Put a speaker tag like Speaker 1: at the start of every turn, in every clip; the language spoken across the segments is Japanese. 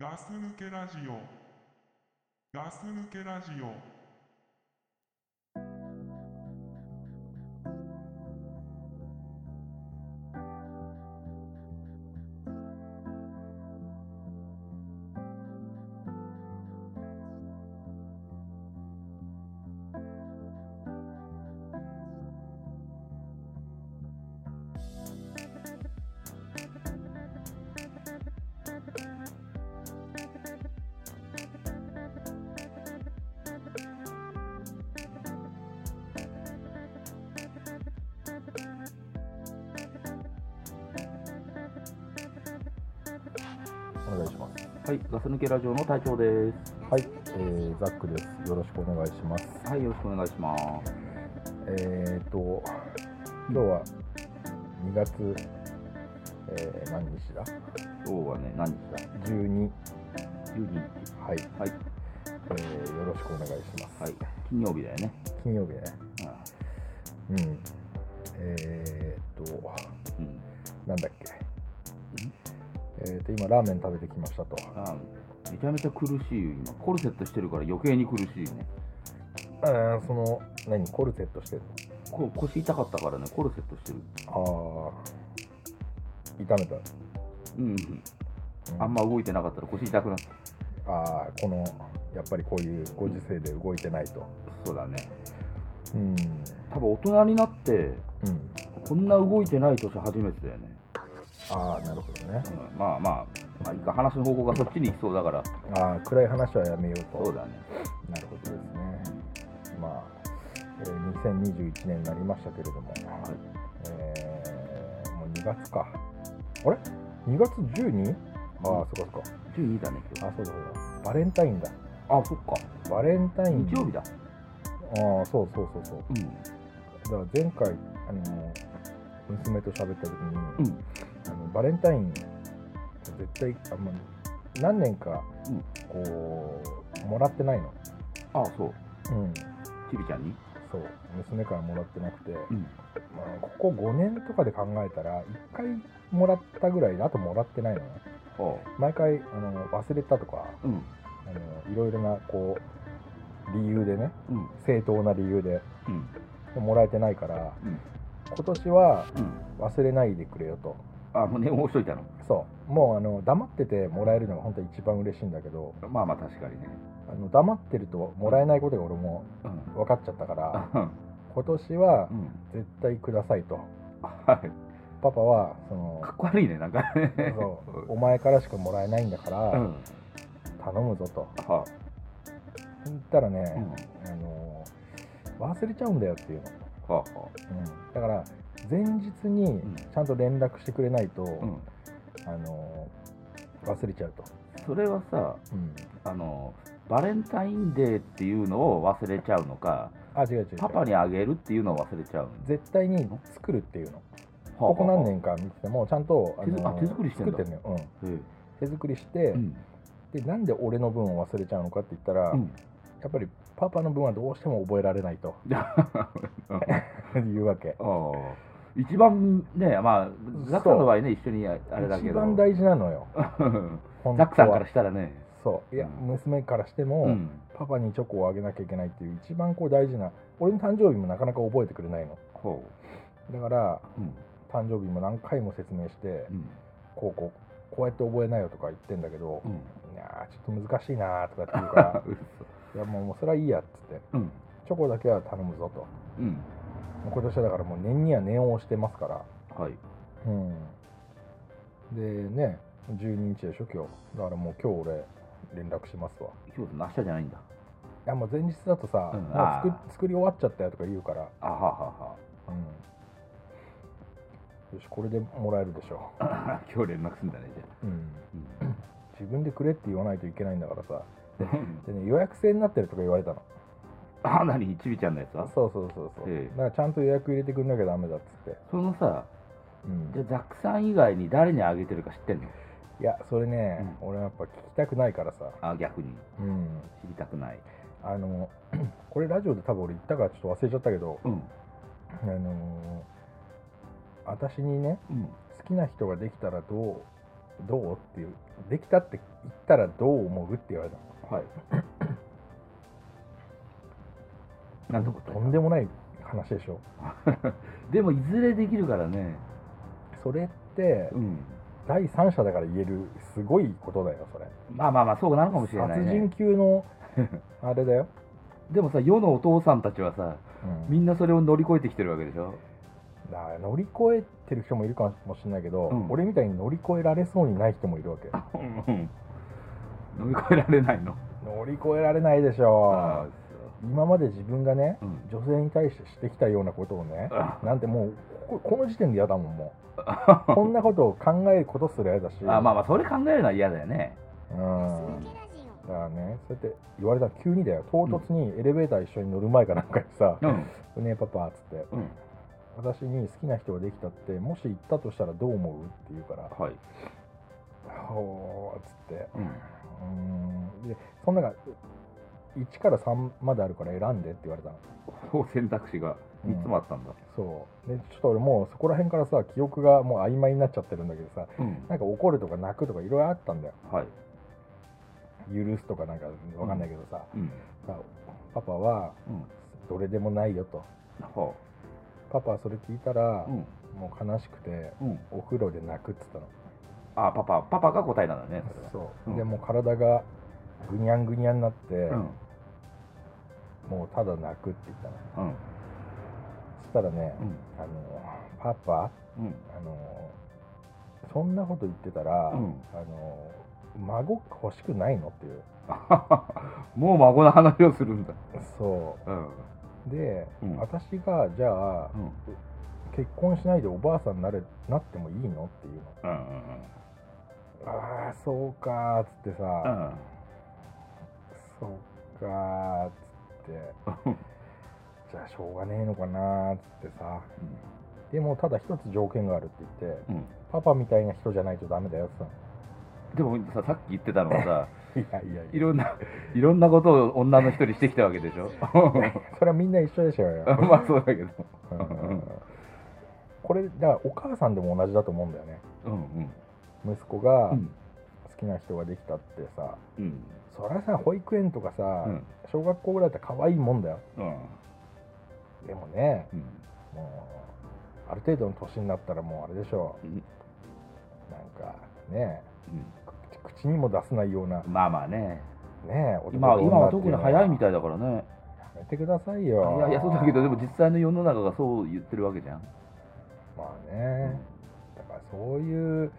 Speaker 1: ガス抜けラジオガス抜けラジオ
Speaker 2: お願いします。
Speaker 3: はい、ガス抜けラジオの隊長です。
Speaker 2: はい、えー、ザックです。よろしくお願いします。
Speaker 3: はい、よろしくお願いします。
Speaker 2: えーと、今日は2月、えー、何日だ
Speaker 3: 今日はね、何日だ
Speaker 2: ?12。
Speaker 3: ?12 日。
Speaker 2: はい、
Speaker 3: はい、
Speaker 2: えー、よろしくお願いします。
Speaker 3: はい、金曜日だよね。
Speaker 2: 金曜日ね。
Speaker 3: う
Speaker 2: うん。えーと、
Speaker 3: んうん。
Speaker 2: なんだっけ。えーと、今ラーメン食べてきましたと。
Speaker 3: あめちゃめちゃ苦しいよ、今。コルセットしてるから余計に苦しいね。
Speaker 2: あーその、何、コルセットしてる
Speaker 3: こ腰痛かったからね、コルセットしてる。
Speaker 2: のあー、痛めた。
Speaker 3: うん、うん。
Speaker 2: うん
Speaker 3: あんま動いてなかったら腰痛くなって。
Speaker 2: ああこのやっぱりこういうご時世で動いてないと
Speaker 3: そうだね。
Speaker 2: うん
Speaker 3: 多分大人になって、
Speaker 2: うん
Speaker 3: こんな動いてない年初めてだよね。
Speaker 2: ああなるほどね
Speaker 3: うん、まあまあ、まあいいか、話の方向がそっちに行きそうだから。
Speaker 2: ああ暗い話はやめようと
Speaker 3: そうだね。
Speaker 2: なるほどですねまあ、えー2021年になりましたけれども、
Speaker 3: い
Speaker 2: えーもう2月かあれ2月 12? ああそっかそっか
Speaker 3: 12だね、今
Speaker 2: あそうだそうだバレンタインだ
Speaker 3: 日。あ、そっか。
Speaker 2: バレンタイン
Speaker 3: 日曜日だ。
Speaker 2: ああそうそうそうそう
Speaker 3: うん。
Speaker 2: だから前回あの娘と喋った時に、
Speaker 3: うん
Speaker 2: あのバレンタイン絶対あんま何年か
Speaker 3: うん
Speaker 2: こう、もらってないの、
Speaker 3: あそう。
Speaker 2: うん、
Speaker 3: ちびちゃんに。
Speaker 2: そう娘からもらってなくて、
Speaker 3: ん
Speaker 2: まあ、ここ5年とかで考えたら1回もらったぐらいであともらってないのね
Speaker 3: ほ
Speaker 2: 毎回あの忘れたとか
Speaker 3: う。うん。
Speaker 2: あのいろいろなこう理由でね
Speaker 3: うん。
Speaker 2: 正当な理由で
Speaker 3: うん。
Speaker 2: もらえてないから
Speaker 3: うん。
Speaker 2: 今年は
Speaker 3: うん。
Speaker 2: 忘れないでくれよと
Speaker 3: あ、もう寝坊しといたの。
Speaker 2: そうもうあの黙っててもらえるのが本当に一番嬉しいんだけど
Speaker 3: まあまあ、確かにね。
Speaker 2: あの黙ってるともらえないことが俺も
Speaker 3: うん。
Speaker 2: 分かっちゃったから
Speaker 3: あ、
Speaker 2: 今年は
Speaker 3: うん。
Speaker 2: 絶対くださいと
Speaker 3: はい。
Speaker 2: パパはそ
Speaker 3: かっ
Speaker 2: の
Speaker 3: こ悪いね、なんかね。
Speaker 2: そうお前からしかもらえないんだか
Speaker 3: う
Speaker 2: ら
Speaker 3: ん。
Speaker 2: 頼むぞと
Speaker 3: は。
Speaker 2: 言ったら
Speaker 3: うん。
Speaker 2: ね、
Speaker 3: は。
Speaker 2: あの忘れちゃうんだよっていうの、う
Speaker 3: は。
Speaker 2: ん、だから前日に
Speaker 3: ん
Speaker 2: ちゃんと連絡してくれないと、
Speaker 3: うん。
Speaker 2: あの忘れちゃうと、
Speaker 3: それはさ、
Speaker 2: うん、
Speaker 3: あの。バレンタインデーっていうのを忘れちゃうのか、
Speaker 2: あ違う違う違う
Speaker 3: パパにあげるっていうのを忘れちゃうの。
Speaker 2: 絶対に作るっていうの
Speaker 3: はあ
Speaker 2: ここ何年か見ててもちゃんと
Speaker 3: 手作あ手作りしてんだ
Speaker 2: 作ってんのよ、
Speaker 3: はあえ
Speaker 2: うん、手作りして、
Speaker 3: えうん。
Speaker 2: でなんで俺の分を忘れちゃうのかって言ったら、
Speaker 3: う
Speaker 2: や
Speaker 3: ん。
Speaker 2: っぱりパパの分はどうしても覚えられない というわけ
Speaker 3: ああ。一番ね、まあ、ザックさんの場合ね、一緒にあれだけど。
Speaker 2: 一番大事なのよ本当は
Speaker 3: ザックさんからしたらね。
Speaker 2: そういや
Speaker 3: うん
Speaker 2: 娘からしても、
Speaker 3: うん。
Speaker 2: パパにチョコをあげなきゃいけないっていう一番こう大事な俺の誕生日もなかなか覚えてくれないの
Speaker 3: ほ
Speaker 2: だから
Speaker 3: う。うん。
Speaker 2: 誕生日も何回も説明して
Speaker 3: うん。
Speaker 2: こうこうこうやって覚えなよとか言ってんだけど、
Speaker 3: うん。
Speaker 2: いやーちょっと難しいなーとかって言う からいやもうもうそれはいいやっつって
Speaker 3: うん。
Speaker 2: チョコだけは頼むぞとも
Speaker 3: うん。
Speaker 2: う今年はだからもう念には念を押してますから
Speaker 3: はい。
Speaker 2: うんでね12日でしょ今日だからもう今日俺連絡しますわ
Speaker 3: 今日の明日じゃないんだ。
Speaker 2: いやもう前日だとさ、
Speaker 3: うん
Speaker 2: もう
Speaker 3: あー
Speaker 2: 作作り終わっちゃったよとか言うから
Speaker 3: あはは
Speaker 2: うんよしこれでもらえるでしょ、
Speaker 3: はは。今日連絡すんだね、じゃ
Speaker 2: うん、
Speaker 3: あ。
Speaker 2: 自分でくれって言わないといけないんだからさ
Speaker 3: うん。
Speaker 2: でね予約制になってるとか言われたの
Speaker 3: あ、なに、ちびちゃんのやつは
Speaker 2: そうそうそうそう、
Speaker 3: ええ
Speaker 2: だからちゃんと予約入れてくんなきゃダメだっつって、
Speaker 3: そのさ、
Speaker 2: うん
Speaker 3: じゃあザックさん以外に誰にあげてるか知ってんの
Speaker 2: いやそれね、俺はやっぱ聞きたくないからさ、
Speaker 3: あ、逆に。
Speaker 2: うん、
Speaker 3: 知りたくない。
Speaker 2: あの これラジオで多分俺言ったからちょっと忘れちゃったけど、
Speaker 3: うん。
Speaker 2: あのー私にね
Speaker 3: うん。
Speaker 2: 好きな人ができたらどうどうっていうできたって言ったらどう思うって言われたの
Speaker 3: はい。なんとこと
Speaker 2: とんでもない話でしょ
Speaker 3: でもいずれできるからね。
Speaker 2: それって
Speaker 3: うん。
Speaker 2: 第三者だから言えるすごいことだよそれ
Speaker 3: まあまあまあそうなのかもしれない
Speaker 2: 殺
Speaker 3: ね
Speaker 2: 人。級 のあれだよ、
Speaker 3: でもさ世のお父さんたちはさ
Speaker 2: うん
Speaker 3: みんなそれを乗り越えてきてるわけでしょ。
Speaker 2: だから乗り越えてる人もいるかもしれないけど、
Speaker 3: うん
Speaker 2: 俺みたいに乗り越えられそうにない人もいるわけ
Speaker 3: うん乗り越えられないの。
Speaker 2: 乗り越えられないでし
Speaker 3: あ
Speaker 2: ょ
Speaker 3: あ
Speaker 2: 今まで自分がね
Speaker 3: そううん
Speaker 2: 女性に対してしてきたようなことをね
Speaker 3: あ
Speaker 2: なんてもうここの時点で嫌だもんも うこんなことを考えることすら嫌だし
Speaker 3: あまあまあそれ考えるのは嫌だよね。
Speaker 2: うんだからねそうやって言われたら急にだよ唐突にエレベーター一緒に乗る前かなんかにさ
Speaker 3: うん
Speaker 2: 「ねえパパ」っつって
Speaker 3: うん
Speaker 2: 「私に好きな人ができたってもし言ったとしたらどう思う?」って言うから
Speaker 3: はい。
Speaker 2: 「ほー」っつって
Speaker 3: うん
Speaker 2: うーんでその中1から3まであるから選んでって言われたの
Speaker 3: そう選択肢が3つもあったんだ。
Speaker 2: そうでちょっと俺もうそこら辺からさ記憶がもう曖昧になっちゃってるんだけどさ
Speaker 3: うん
Speaker 2: なんか怒るとか泣くとかいろいろあったんだよ
Speaker 3: はい。
Speaker 2: 許すとかなんかわかんないけどさ、
Speaker 3: うん
Speaker 2: さパパは
Speaker 3: うん
Speaker 2: どれでもないよと
Speaker 3: は
Speaker 2: パパはそれ聞いたら
Speaker 3: あ、うん
Speaker 2: もう悲しくて
Speaker 3: うん。
Speaker 2: お風呂で泣くっつったの
Speaker 3: あパパパパが答えなんだね。それは
Speaker 2: そう、
Speaker 3: うん
Speaker 2: でもう体がぐにゃんぐにゃんになって、
Speaker 3: うん
Speaker 2: もうただ泣くって言ったの
Speaker 3: うん
Speaker 2: そしたらね、
Speaker 3: うん
Speaker 2: あのパパ
Speaker 3: うん
Speaker 2: あのそんなこと言ってたら、
Speaker 3: うん
Speaker 2: あの孫欲しくないのっていう
Speaker 3: もう孫の話をするんだ。
Speaker 2: そ
Speaker 3: うん
Speaker 2: うで、
Speaker 3: うん
Speaker 2: 私がじゃあ
Speaker 3: うん
Speaker 2: 結婚しないでおばあさんになれなってもいいのっていうの
Speaker 3: うん
Speaker 2: ああそうかーっつって
Speaker 3: う
Speaker 2: さ、
Speaker 3: ん
Speaker 2: そうかーっつって
Speaker 3: うん
Speaker 2: じゃあしょうがねえのかなーっつってさでもただ一つ条件があるって言って
Speaker 3: うん
Speaker 2: パパみたいな人じゃないとダメだよって
Speaker 3: でもささっき言ってたのはさ
Speaker 2: 言ったのいやいや
Speaker 3: い
Speaker 2: いや
Speaker 3: ろんない ろんなことを女の人にしてきたわけでしょ
Speaker 2: それはみんな一緒でしょうよ、
Speaker 3: まあそうだけど
Speaker 2: うんこれだからお母さんでも同じだと思うんだよね
Speaker 3: うんうん
Speaker 2: 息子が
Speaker 3: う
Speaker 2: 好
Speaker 3: ん
Speaker 2: きな人ができたってさ、
Speaker 3: うん
Speaker 2: そりゃさ保育園とかさ、
Speaker 3: うん
Speaker 2: 小学校ぐらいだったら可愛いもんだよ
Speaker 3: うん
Speaker 2: でもね
Speaker 3: うん
Speaker 2: もうある程度の年になったらもうあれでしょう、
Speaker 3: うん
Speaker 2: なんかね
Speaker 3: う
Speaker 2: 口口にも出せないようなね
Speaker 3: んまあまあね
Speaker 2: 男と
Speaker 3: 今は
Speaker 2: 女
Speaker 3: 今は
Speaker 2: って
Speaker 3: 特
Speaker 2: う
Speaker 3: に
Speaker 2: の
Speaker 3: 早いみたいだからね
Speaker 2: やめてくださいよ
Speaker 3: いやいやそうだけどでも実際の世の中がそう言ってるわけじゃん、
Speaker 2: まあ
Speaker 3: う
Speaker 2: ね
Speaker 3: ん、
Speaker 2: だからそういう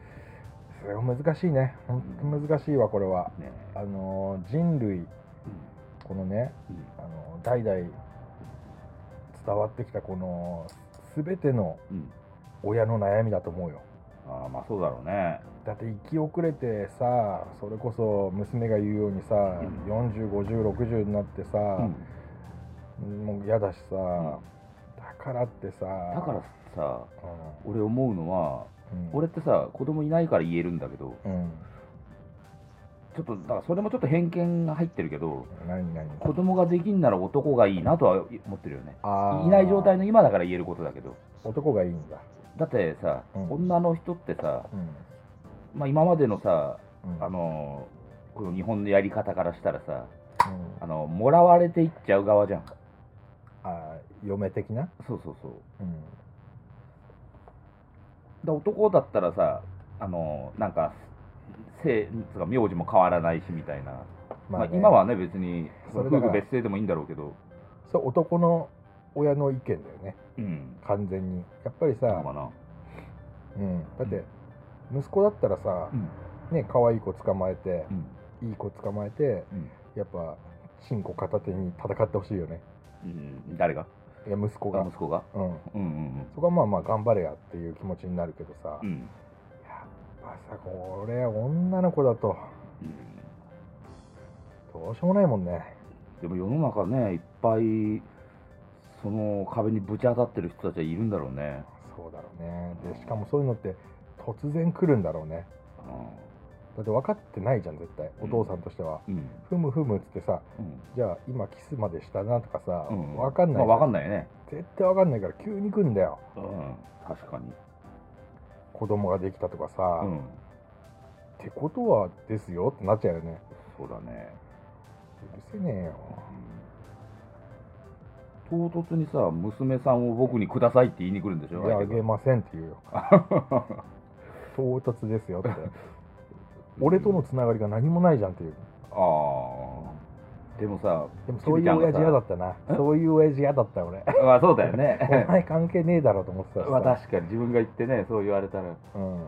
Speaker 2: それは難しいね本当難しいわこれは
Speaker 3: ね
Speaker 2: あのー人類このね
Speaker 3: うんうん
Speaker 2: あのー代々伝わってきたこの全ての
Speaker 3: うん
Speaker 2: 親の悩みだと思うよ
Speaker 3: ああまあそうだろうね
Speaker 2: だって生き遅れてさそれこそ娘が言うようにさ、405060になってさ、
Speaker 3: うん
Speaker 2: もう嫌だしさ、
Speaker 3: ん
Speaker 2: だからってさ
Speaker 3: だからさ
Speaker 2: うん
Speaker 3: 俺思うのは
Speaker 2: うん
Speaker 3: 俺ってさ子供いないから言えるんだけど
Speaker 2: うん
Speaker 3: ちょっとだからそれもちょっと偏見が入ってるけど
Speaker 2: 何何
Speaker 3: 子供ができんなら男がいいなとは思ってるよね
Speaker 2: あー
Speaker 3: いない状態の今だから言えることだけど
Speaker 2: 男がいいんだ
Speaker 3: だってさ、
Speaker 2: うん
Speaker 3: 女の人ってさ、
Speaker 2: うん
Speaker 3: まあ、今までのさ
Speaker 2: うん
Speaker 3: あのーこの日本のやり方からしたらさ
Speaker 2: うん
Speaker 3: あのもらわれていっちゃう側じゃん
Speaker 2: あー嫁的な、
Speaker 3: そうそうそう
Speaker 2: うん
Speaker 3: だ男だったらさあのーなんか性つうか名字も変わらないしみたいな、まあ
Speaker 2: ね
Speaker 3: 今はね別に
Speaker 2: それ
Speaker 3: 夫
Speaker 2: だから
Speaker 3: 婦別姓でもいいんだろうけど
Speaker 2: そう男の親の意見だよね
Speaker 3: うん
Speaker 2: 完全にやっぱりさ、
Speaker 3: そうかな
Speaker 2: うん、だって息子だったらさ
Speaker 3: う、ん
Speaker 2: ね可愛い子捕まえて
Speaker 3: うん
Speaker 2: いい子捕まえて
Speaker 3: うん
Speaker 2: やっぱチンコ片手に戦ってほしいよね
Speaker 3: うん誰が
Speaker 2: いや息子が
Speaker 3: あ息子が
Speaker 2: うん
Speaker 3: うんうん
Speaker 2: そこはまあまあ頑張れやっていう気持ちになるけどさ、
Speaker 3: うんうん
Speaker 2: やっぱさこれ女の子だと
Speaker 3: うん
Speaker 2: どうしようもないもんね
Speaker 3: でも世の中ねいっぱいその壁にぶち当たってる人たちはいるんだろうね、
Speaker 2: そうだろうねでしかもそういうのって突然来るんだろうねだって分かってないじゃん絶対お父さんとしては、
Speaker 3: うんうん
Speaker 2: ふむふむっつってさ
Speaker 3: うん
Speaker 2: じゃあ今キスまでしたなとかさ、
Speaker 3: うん
Speaker 2: 分かんない、
Speaker 3: まあ、わかんないよね、
Speaker 2: 絶対分かんないから急に来んだよ
Speaker 3: うん、確かに、
Speaker 2: 子供ができたとかさ、
Speaker 3: うん
Speaker 2: ってことはですよってなっちゃうよね
Speaker 4: そうだね、
Speaker 2: 許せねえよ
Speaker 3: 唐突にさ娘さんを僕にくださいって言いに来るんでしょ
Speaker 2: であ
Speaker 3: 相手
Speaker 2: げ
Speaker 3: が
Speaker 2: ませんって言う よ唐突ですよって俺とのつながりが何もないじゃんっていう
Speaker 3: ああでもさ
Speaker 2: でもそういう親父嫌だったなそういう親父嫌だった俺
Speaker 3: まあそうだよね
Speaker 2: お前関係ねえだろうと思ってたしさ
Speaker 3: まあ確かに自分が言ってねそう言われたら
Speaker 2: うん、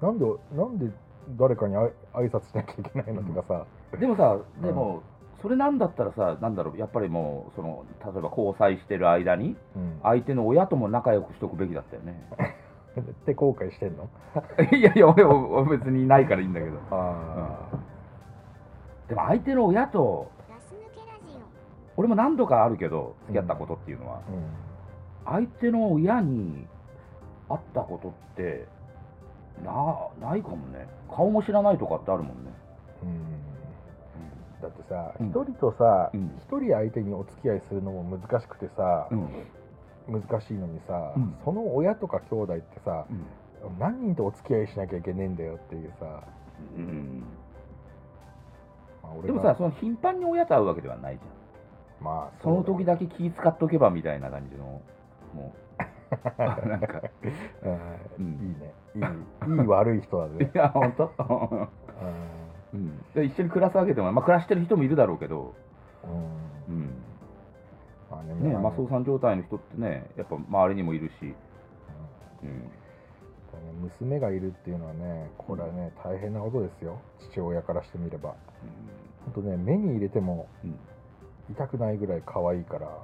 Speaker 2: なんでなんで誰かにあい挨拶しなきゃいけないのとかさ、
Speaker 3: でもさ
Speaker 2: うん
Speaker 3: でも、それなんだったらさなんだろうやっぱりもうその例えば交際してる間に
Speaker 2: うん
Speaker 3: 相手の親とも仲良くしとくべきだったよね
Speaker 2: って後悔してんの
Speaker 3: いやいや俺は別にないからいいんだけど
Speaker 2: ああ、
Speaker 3: でも相手の親と
Speaker 5: ガス抜けラジオ
Speaker 3: 俺も何度かあるけど付き合ったことっていうのは、
Speaker 2: うん
Speaker 3: 相手の親に会ったことってなないかもね顔も知らないとかってあるもんね、
Speaker 2: うんだってさ
Speaker 3: うん
Speaker 2: 一人とさ
Speaker 3: う
Speaker 2: 一、
Speaker 3: ん
Speaker 2: 人相手にお付き合いするのも難しくてさ、
Speaker 3: うん
Speaker 2: 難しいのにさ、
Speaker 3: うん
Speaker 2: その親とか兄弟ってさ
Speaker 3: うん
Speaker 2: 何人とお付き合いしなきゃいけねえんだよっていうさ、まあ、
Speaker 3: で
Speaker 2: 俺
Speaker 3: も
Speaker 2: が
Speaker 3: さその頻繁に親と会うわけではないじゃ
Speaker 2: まあ
Speaker 3: んその時だけ気使っとけばみたいな感じのもう なんか、
Speaker 2: け、う
Speaker 3: うんん、
Speaker 2: いいねいいいい悪い人だ ね
Speaker 3: いや本当、
Speaker 2: うん
Speaker 3: うん、で一緒に暮らすわけでも、まあ、暮らしてる人もいるだろうけど、
Speaker 2: うん
Speaker 3: うん
Speaker 2: まあね、
Speaker 3: ね、
Speaker 2: まあ
Speaker 3: マスオさん状態の人ってねやっぱ周りにもいるし、うん、
Speaker 2: うん娘がいるっていうのはね、これはね、大変なことですよ、父親からしてみれば。ほんとね、目に入れても
Speaker 3: うん
Speaker 2: 痛くないぐらい可愛いから、うん、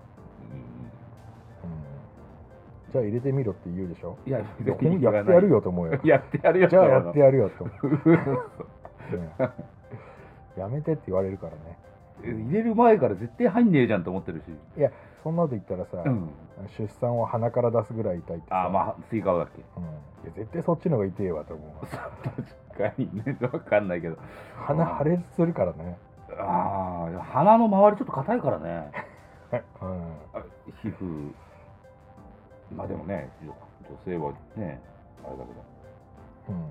Speaker 2: じゃあ入れてみろって言うでしょ。
Speaker 3: いや。
Speaker 2: いやほんやってやるよと思うよ
Speaker 3: やってやるよ
Speaker 2: じゃあやってやるよと思 う。ねやめてって言われるからね。
Speaker 3: 入れる前から絶対入んねえじゃんと思ってるし、
Speaker 2: そんなこと言ったらさ、
Speaker 3: うん、
Speaker 2: 出産を鼻から出すぐらい痛いってさ、
Speaker 3: ああまあスイカだっけ
Speaker 2: うんいや絶対そっちの方が痛えわと思う。
Speaker 3: 確かにね分かんないけど
Speaker 2: 鼻破裂するからね。
Speaker 3: ああ鼻の周りちょっと硬いからね
Speaker 2: うん
Speaker 3: あ皮膚まあでもね女性はねあれだけ
Speaker 2: う
Speaker 3: ど
Speaker 2: ん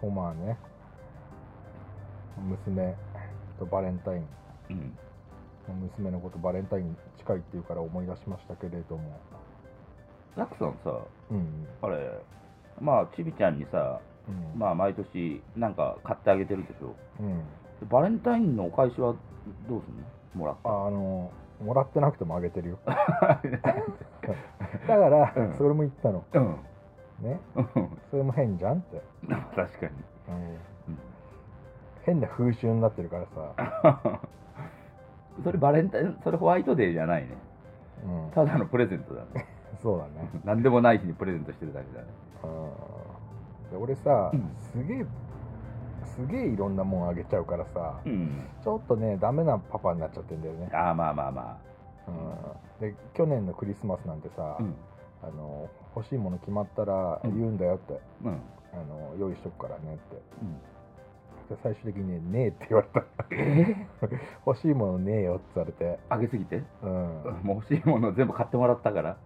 Speaker 2: とまあね娘とバレンタイン
Speaker 3: うん
Speaker 2: 娘のことバレンタイン近いっていうから思い出しましたけれども
Speaker 3: ザクさんさ
Speaker 2: うん
Speaker 3: あれまあちびちゃんにさ
Speaker 2: うん
Speaker 3: まあ毎年なんか買ってあげてるでしょ
Speaker 2: うん
Speaker 3: でバレンタインのお返しはどうすんのもらっ
Speaker 2: ああのもらってなくてもあげてる よだ
Speaker 3: た
Speaker 2: から、
Speaker 3: うん
Speaker 2: それも言ったの
Speaker 3: うん
Speaker 2: ね
Speaker 3: うん
Speaker 2: それも変じゃんって、
Speaker 3: 確
Speaker 2: う
Speaker 3: かに
Speaker 2: ん変な風習になってるからさ、
Speaker 3: それバレンタインそれホワイトデーじゃないね
Speaker 2: うん、
Speaker 3: ただのプレゼントだね
Speaker 2: そうだね、
Speaker 3: 何でもない日にプレゼントしてるだけだね
Speaker 2: うん、で俺さ、
Speaker 3: うん
Speaker 2: すげえすげえいろんなもんあげちゃうからさ、
Speaker 3: うん
Speaker 2: ちょっとねダメなパパになっちゃってんだよね、
Speaker 3: ああまあまあま
Speaker 2: うん、で去年のクリスマスなんてさ、
Speaker 3: あうん
Speaker 2: あの欲しいもの決まったら
Speaker 3: う
Speaker 2: 言
Speaker 3: ん
Speaker 2: うんだよって、
Speaker 3: うん
Speaker 2: あの用意しとくからねって
Speaker 3: うん
Speaker 2: で最終的にね「ねえ」って言われた 欲しいものねえよって言われて
Speaker 3: あげすぎて
Speaker 2: うん、うん
Speaker 3: もう欲しいもの全部買ってもらったから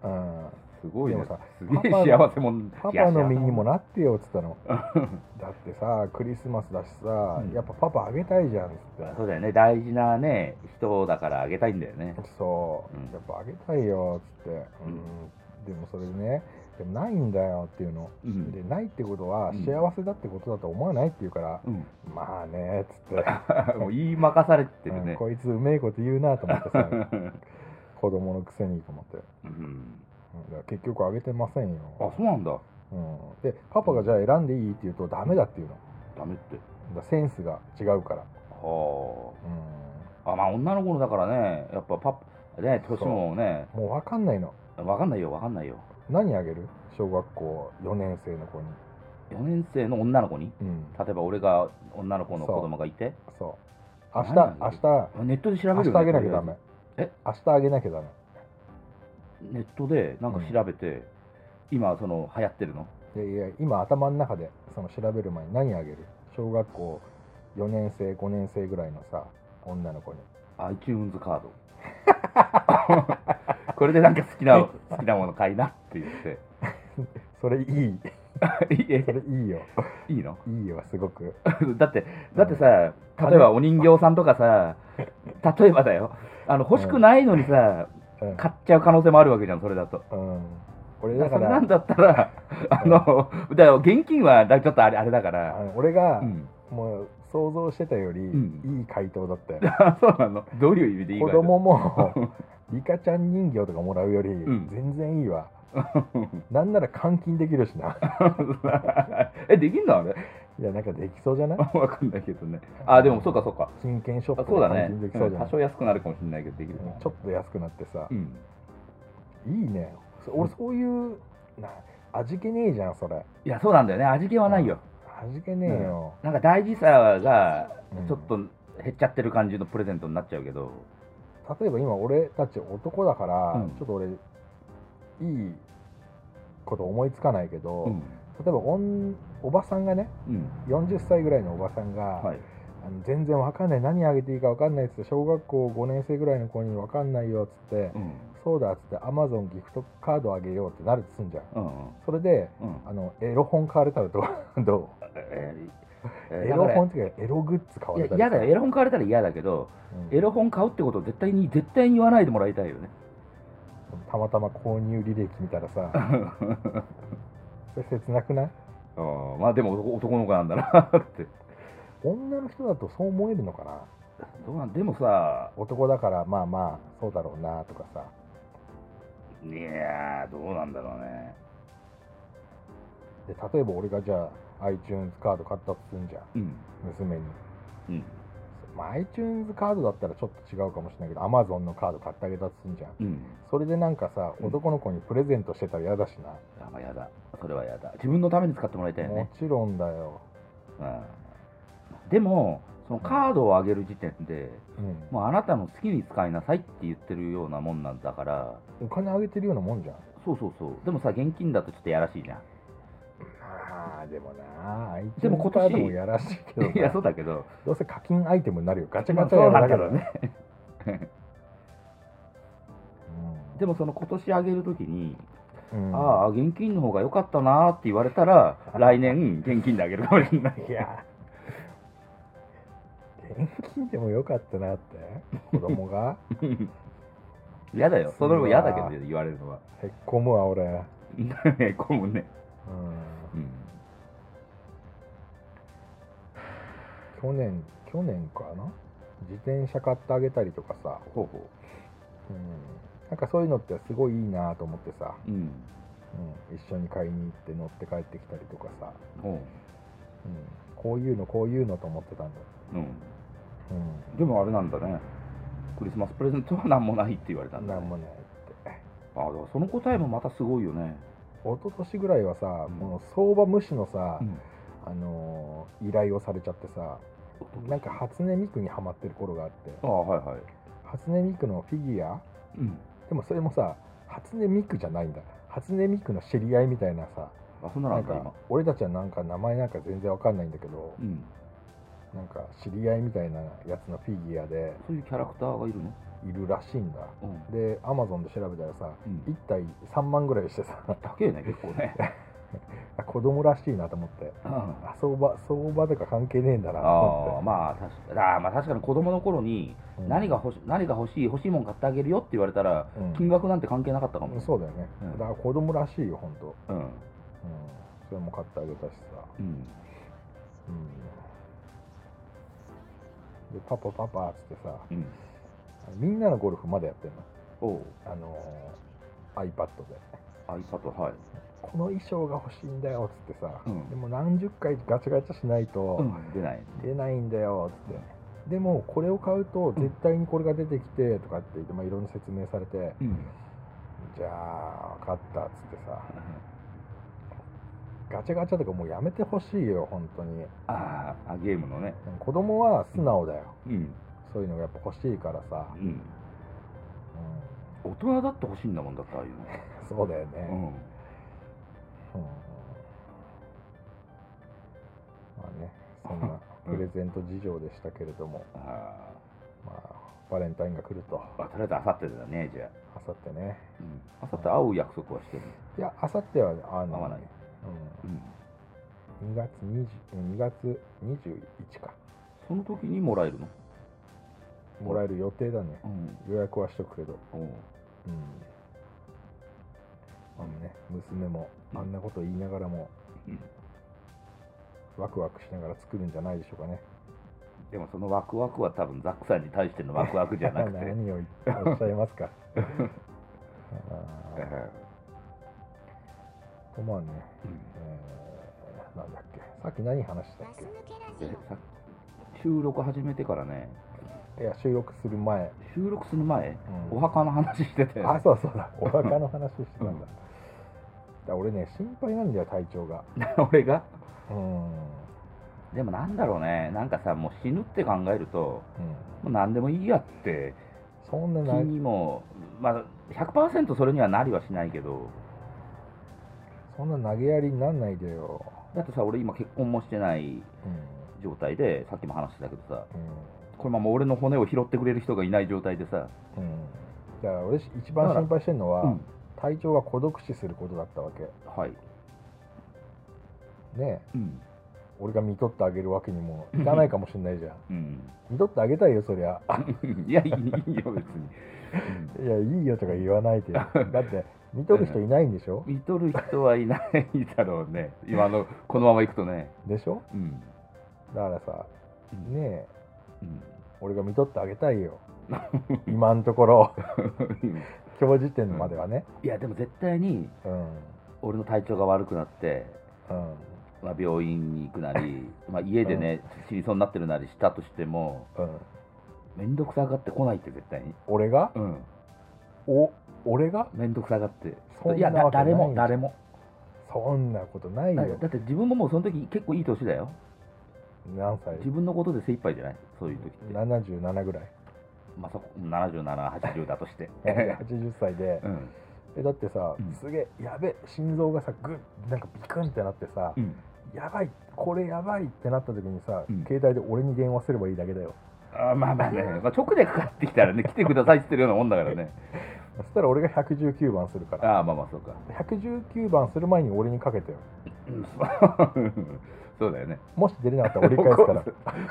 Speaker 3: すごい
Speaker 2: で
Speaker 3: ね
Speaker 2: もさ
Speaker 3: すげえ
Speaker 2: パパ
Speaker 3: 幸せもん
Speaker 2: パパの身にも
Speaker 3: な
Speaker 2: なってよっつったのだってさクリスマスだしさ、
Speaker 3: うん
Speaker 2: やっぱパパあげたいじゃんっつって
Speaker 3: そうだよね大事なね人だからあげたいんだよね
Speaker 2: そう、
Speaker 3: うん
Speaker 2: やっぱあげたいよっつって、う
Speaker 3: うん
Speaker 2: ん、でもそれでねでもないんだよっていうの
Speaker 3: うん
Speaker 2: でないってことは
Speaker 3: うん
Speaker 2: 幸せだってことだと思わないって言うから、
Speaker 3: うん
Speaker 2: まあねっつって、
Speaker 3: もう言い任されてる
Speaker 2: うん
Speaker 3: ね
Speaker 2: こいつうめえこと言うなと思ってさ 子供のくせにと思って、
Speaker 3: うん
Speaker 2: うんだから結局あげてませんよ
Speaker 3: あ、そうなんだ
Speaker 2: うん、でパパがじゃあ選んでいいって言うとダメだっていうの
Speaker 3: ダメって
Speaker 2: だからセンスが違うから、
Speaker 3: は
Speaker 2: う
Speaker 3: ああまあ女の子のだからねやっぱパッね年もね
Speaker 2: ん、もう分かんないの
Speaker 3: わかんないよわかんないよ
Speaker 2: 何あげる小学校4年生の子に
Speaker 3: 4年生の女の子に
Speaker 2: うん
Speaker 3: 例えば俺が女の子の子供がいて
Speaker 2: そう明日
Speaker 3: 何あげる
Speaker 2: 明日
Speaker 3: あネットで調べ
Speaker 2: 明
Speaker 3: る
Speaker 2: 日
Speaker 3: よ、ね、
Speaker 2: あげなきゃダメ
Speaker 3: え
Speaker 2: 明日あげなきゃダメ
Speaker 3: ネットでなんか調べて、今その流行ってるの
Speaker 2: いやいや今頭の中でその調べる前に何あげる小学校4年生5年生ぐらいのさ女の子に
Speaker 3: iTunes カ ードこれでなんか好きな好きなもの買いなって言って
Speaker 2: それいい
Speaker 3: いえ
Speaker 2: それいいよ
Speaker 3: いいの
Speaker 2: いいよすごく
Speaker 3: だってだってさ例えばお人形さんとか さ例えばだよあの欲しくないのにさ
Speaker 2: うん、
Speaker 3: 買っちゃう可能性もあるわけじゃんそれだと
Speaker 2: うん、俺
Speaker 3: だ
Speaker 2: だ
Speaker 3: か
Speaker 2: からら
Speaker 3: なんだった らあのだから現金はだちょっとあれあれだか
Speaker 2: あ
Speaker 3: ら
Speaker 2: の俺が、
Speaker 3: うん
Speaker 2: もう想像してたより、
Speaker 3: ん
Speaker 2: いい回答だったよ
Speaker 3: あそうなのどういう意 味でいい
Speaker 2: 子
Speaker 3: わ
Speaker 2: 供もリカちゃん人形とかもらうより、
Speaker 3: ん
Speaker 2: 全然いい わなんなら監禁できるしな
Speaker 3: えできんのあれ
Speaker 2: いやなんかできそうじゃない
Speaker 3: わかんないけどねあでもそうかそうか
Speaker 2: 金券ショッ
Speaker 3: あ
Speaker 2: プ
Speaker 3: そう
Speaker 2: で
Speaker 3: だ
Speaker 2: 監
Speaker 3: ね、
Speaker 2: 禁できそうじゃな
Speaker 3: 多
Speaker 2: い、
Speaker 3: 少安くなるかもしれないけどできるか
Speaker 2: うん
Speaker 3: も
Speaker 2: ちょっと安くなってさ
Speaker 3: う、ん
Speaker 2: いいねそ俺そういうな味気ねえじゃんそれ
Speaker 3: いやそうなんだよね味気はないよ、
Speaker 2: 味気ねえよ、
Speaker 3: なんか大事さが
Speaker 2: うん
Speaker 3: ちょっと減っちゃってる感じのプレゼントになっちゃうけど、
Speaker 2: 例えば今俺たち男だから、
Speaker 3: うん
Speaker 2: ちょっと俺いいこと思いつかないけど、
Speaker 3: うん
Speaker 2: 例えばおんおばさんがね
Speaker 3: うん
Speaker 2: 40歳ぐらいのおばさんが、
Speaker 3: はい、
Speaker 2: あの全然わかんない何あげていいかわかんないっつって小学校5年生ぐらいの子にわかんないよっつって、
Speaker 3: うん
Speaker 2: そうだっつってアマゾンギフトカードあげようってなるっつんじゃん
Speaker 3: うん
Speaker 2: それで
Speaker 3: うん
Speaker 2: あのエロ本買われたらどう ど
Speaker 3: え
Speaker 2: う
Speaker 3: ー
Speaker 2: エロ本っていうかエログッズ買わ
Speaker 3: い
Speaker 2: れ
Speaker 3: や
Speaker 2: た
Speaker 3: 嫌
Speaker 2: りさ
Speaker 3: だよエロ本買われたら嫌だけど、
Speaker 2: うん
Speaker 3: エロ本買うってことを絶対に絶対に言わないでもらいたいよね
Speaker 2: たまたま購入履歴見たら さそれ切なくない
Speaker 3: あーまあでも男男の子なんだな って
Speaker 2: 女の人だとそう思えるのかな
Speaker 3: どうなんでもさ
Speaker 2: 男だからまあまあそうだろうなとかさ
Speaker 3: いやーどうなんだろうね
Speaker 2: で例えば俺がじゃあ iTunes カード買ったとすんじゃん
Speaker 3: うん
Speaker 2: 娘に、
Speaker 3: うん
Speaker 2: まあ、iTunes カードだったらちょっと違うかもしれないけど Amazon のカード買ってあげたとすんじゃん
Speaker 3: うん
Speaker 2: それでなんかさ
Speaker 3: うん
Speaker 2: 男の子にプレゼントしてたら嫌だしな、
Speaker 3: あまあやだそれはやだ自分のために使ってもらいたいよ
Speaker 2: も
Speaker 3: ね、
Speaker 2: ちろんだよ、
Speaker 3: うん、でもそのカードをあげる時点で
Speaker 2: うん
Speaker 3: もうあなたの好きに使いなさいって言ってるようなもんなんだから
Speaker 2: お金あげてるようなもんじゃん
Speaker 3: そうそうそうでもさ現金だとちょっとやらしいじゃん
Speaker 2: まあでもな iTunes
Speaker 3: でも今
Speaker 2: カ
Speaker 3: 年
Speaker 2: ードもやらしいけど ない
Speaker 3: やそうだけど
Speaker 2: どうせ課金アイテムになるよガチャ
Speaker 3: ま
Speaker 2: ガ
Speaker 3: あ
Speaker 2: チャや
Speaker 3: そう
Speaker 2: る
Speaker 3: だ
Speaker 2: だ
Speaker 3: け
Speaker 2: けだ
Speaker 3: どね
Speaker 2: うん
Speaker 3: でもその今年あげるときに、
Speaker 2: うん
Speaker 3: ああ現金の方が良かったなーって言われたら来年現金であげるかもしれない
Speaker 2: いや現金でもよかったなって子供が
Speaker 3: 嫌だよそれも嫌だけど言われるのは
Speaker 2: へっこむわ俺、うん、
Speaker 3: えこうもね、うん、
Speaker 2: 去年去年かな自転車買ってあげたりとかさ、
Speaker 3: ほうほ
Speaker 2: うん、なんかそういうのってすごいいいなと思ってさ、
Speaker 3: ううん
Speaker 2: うん、一緒に買いに行って乗って帰ってきたりとかさ、
Speaker 3: ほ
Speaker 2: うん、こういうのこういうのと思ってたんだ、
Speaker 3: ううん
Speaker 2: う
Speaker 3: でもあれなんだね。クリスマスプレゼントは何もないって言われたん
Speaker 2: ん、
Speaker 3: だ、
Speaker 2: な
Speaker 3: ね。
Speaker 2: んもないって
Speaker 3: あだからその答えもまたすごいよね。
Speaker 2: 一昨年ぐらいはさ、
Speaker 3: うん
Speaker 2: この相場無視のさ、
Speaker 3: うん
Speaker 2: あのー依頼をされちゃってさなんか初音ミクにハマってる頃があって
Speaker 3: あはいはい。
Speaker 2: 初音ミクのフィギュア
Speaker 3: うん。
Speaker 2: でもそれもさ初音ミクじゃないんだ初音ミクの知り合いみたいなさ
Speaker 3: あそんなの
Speaker 2: な
Speaker 3: あ
Speaker 2: ん
Speaker 3: んだ
Speaker 2: か
Speaker 3: 今。
Speaker 2: 俺たちはなんか名前なんか全然わかんないんだけど
Speaker 3: うん。
Speaker 2: なんか知り合いみたいなやつのフィギュアで
Speaker 3: そういうキャラクターがいるの？
Speaker 2: いるらしいんだ
Speaker 3: うん。
Speaker 2: でアマゾンで調べたらさ
Speaker 3: うん
Speaker 2: 1。体3万ぐらいしてさ
Speaker 3: 高えね結構 ね。
Speaker 2: あ子供らしいなと思って
Speaker 3: あ
Speaker 2: あ相場相場とか関係ねえんだなと
Speaker 3: あ
Speaker 2: 思
Speaker 3: まあ確かあまあ確かに子供の頃に
Speaker 2: って、うん
Speaker 3: 何が欲し何が欲しい欲しいもん買ってあげるよって言われたら
Speaker 2: うん
Speaker 3: 金額なんて関係なかったかも。
Speaker 2: そうだよね、
Speaker 3: うん
Speaker 2: だから子供らしいよ本当
Speaker 3: うん。
Speaker 2: うん、それも買ってあげたしさ、
Speaker 3: うん。
Speaker 2: うん、でパパパパっつってさ
Speaker 3: うん。
Speaker 2: みんなのゴルフまだやってるの
Speaker 3: おう。
Speaker 2: あのー iPad で
Speaker 3: iPad はい。
Speaker 2: この衣装が欲しいんだよっつってさ、
Speaker 3: うん
Speaker 2: でも何十回ガチャガチャしないと
Speaker 3: ん。出ない。
Speaker 2: 出ないんだよっつって、でもこれを買うと絶対にこれが出てきてとかって言って、まあ、いろんな説明されて
Speaker 3: うん。
Speaker 2: じゃあ分かったっつってさガチャガチャとかもうやめてほしいよ本当に
Speaker 3: ああゲームのね。
Speaker 2: 子供は素直だよ、
Speaker 3: うん。
Speaker 2: そういうのがやっぱ欲しいからさ、
Speaker 3: うん。
Speaker 2: う
Speaker 3: 大人だって欲しいんだもんだってああいうの。
Speaker 2: ん、そうだよね、うん
Speaker 3: うん
Speaker 2: まあねそん なプレゼント事情でしたけれども、
Speaker 3: あ
Speaker 2: まあ、バレンタインが来ると
Speaker 3: あとりあえずあさってだねじゃ
Speaker 2: あ
Speaker 3: あ、
Speaker 2: さってね
Speaker 3: うん、あさって会う約束はしてる
Speaker 2: いやあさってはあの
Speaker 3: 会わない
Speaker 2: うん、
Speaker 3: うん、
Speaker 2: 2月20 2月21か
Speaker 3: その時にもらえるの、
Speaker 2: もらえる予定だね
Speaker 3: うん、
Speaker 2: 予約はしとくけど
Speaker 3: おう
Speaker 2: うんあのね娘もあんなこと言いながらも、
Speaker 3: うん
Speaker 2: ワクワクしながら作るんじゃないでしょうかね
Speaker 3: でもそのワクワクは多分ザックさんに対してのワクワクじ ゃなくて、
Speaker 2: 何を言っておっしゃい ますかあーとまあね、
Speaker 3: うん
Speaker 2: えーなんだっけさっき何話したっ
Speaker 4: ガス抜
Speaker 2: け
Speaker 4: けラジ
Speaker 3: で
Speaker 4: オ
Speaker 3: さ収録始めてからね
Speaker 2: いや収録する前、
Speaker 3: 収録する前、
Speaker 2: うん
Speaker 3: お墓の話してて
Speaker 2: あそう そうだお墓の話してたんだ,、だ俺ね心配なんだよ体調が
Speaker 3: 俺が
Speaker 2: うんうん
Speaker 3: でもなんだろうねなんかさもう死ぬって考えるともう何でもいいやって
Speaker 2: そんな
Speaker 3: 気
Speaker 2: ない
Speaker 3: にも、まあ、100%それにはなりはしないけど
Speaker 2: そんな投げやりになんないでよ
Speaker 3: だってさ俺今結婚もしてない
Speaker 2: うん
Speaker 3: 状態でさっきも話してたけどさ
Speaker 2: うん
Speaker 3: このまま俺の骨を拾ってくれる人がいない状態でさ、
Speaker 2: うんだから俺一番
Speaker 3: だから
Speaker 2: 心配してるのは、
Speaker 3: うん
Speaker 2: 体調が孤独死することだったわけ
Speaker 3: はい、
Speaker 2: ねえ
Speaker 3: うん
Speaker 2: 俺が見とってあげるわけにもいかないかもしれないじゃん
Speaker 3: うん、
Speaker 2: 見とってあげたいよそりゃ
Speaker 3: いやいいいいよ別に、
Speaker 2: いやいいよとか言わない でだって見とる人いないんでしょ
Speaker 3: うん、見とる人はいないだろうね今のこのままいくとね
Speaker 2: でしょ
Speaker 3: うん
Speaker 2: だからさねえ
Speaker 3: うん
Speaker 2: 俺が見とってあげた いよ今のところ
Speaker 3: うん
Speaker 2: 今日時点まではね
Speaker 3: いやでも絶対に
Speaker 2: うん
Speaker 3: 俺の体調が悪くなって、
Speaker 2: うん
Speaker 3: まあ、病院に行く なり、まあ、家でね死にそうになってるなりしたとしても
Speaker 2: うん
Speaker 3: 面倒くさがってこないって絶対に
Speaker 2: 俺が
Speaker 3: うん
Speaker 2: お俺が
Speaker 3: 面倒くさがって
Speaker 2: そんない
Speaker 3: やだ
Speaker 2: わけない
Speaker 3: 誰も誰も
Speaker 2: そんなことない
Speaker 3: だ
Speaker 2: よ
Speaker 3: だって自分ももうその時結構いい年だよ
Speaker 2: 何歳
Speaker 3: 自分のことで精一杯じゃないそういう時って、
Speaker 2: 77ぐらい
Speaker 3: まあ、そこ7780だとして
Speaker 2: 80歳で
Speaker 3: うん
Speaker 2: えだってさ、
Speaker 3: うん
Speaker 2: すげえやべえ心臓がさグッなんかビクンってなってさ、
Speaker 3: うん
Speaker 2: やばいこれやばいってなった時にさ、
Speaker 3: うん
Speaker 2: 携帯で俺に電話すればいいだけだよ
Speaker 3: あまあまあね、まあ、直でかかってきたらね来てくださいって言ってるようなもんだからね
Speaker 2: そしたら俺が119番するから
Speaker 3: ああまあまあそうか、
Speaker 2: 119番する前に俺にかけてよ
Speaker 3: うん、 そうだよね
Speaker 2: もし出れなかったら折り返す から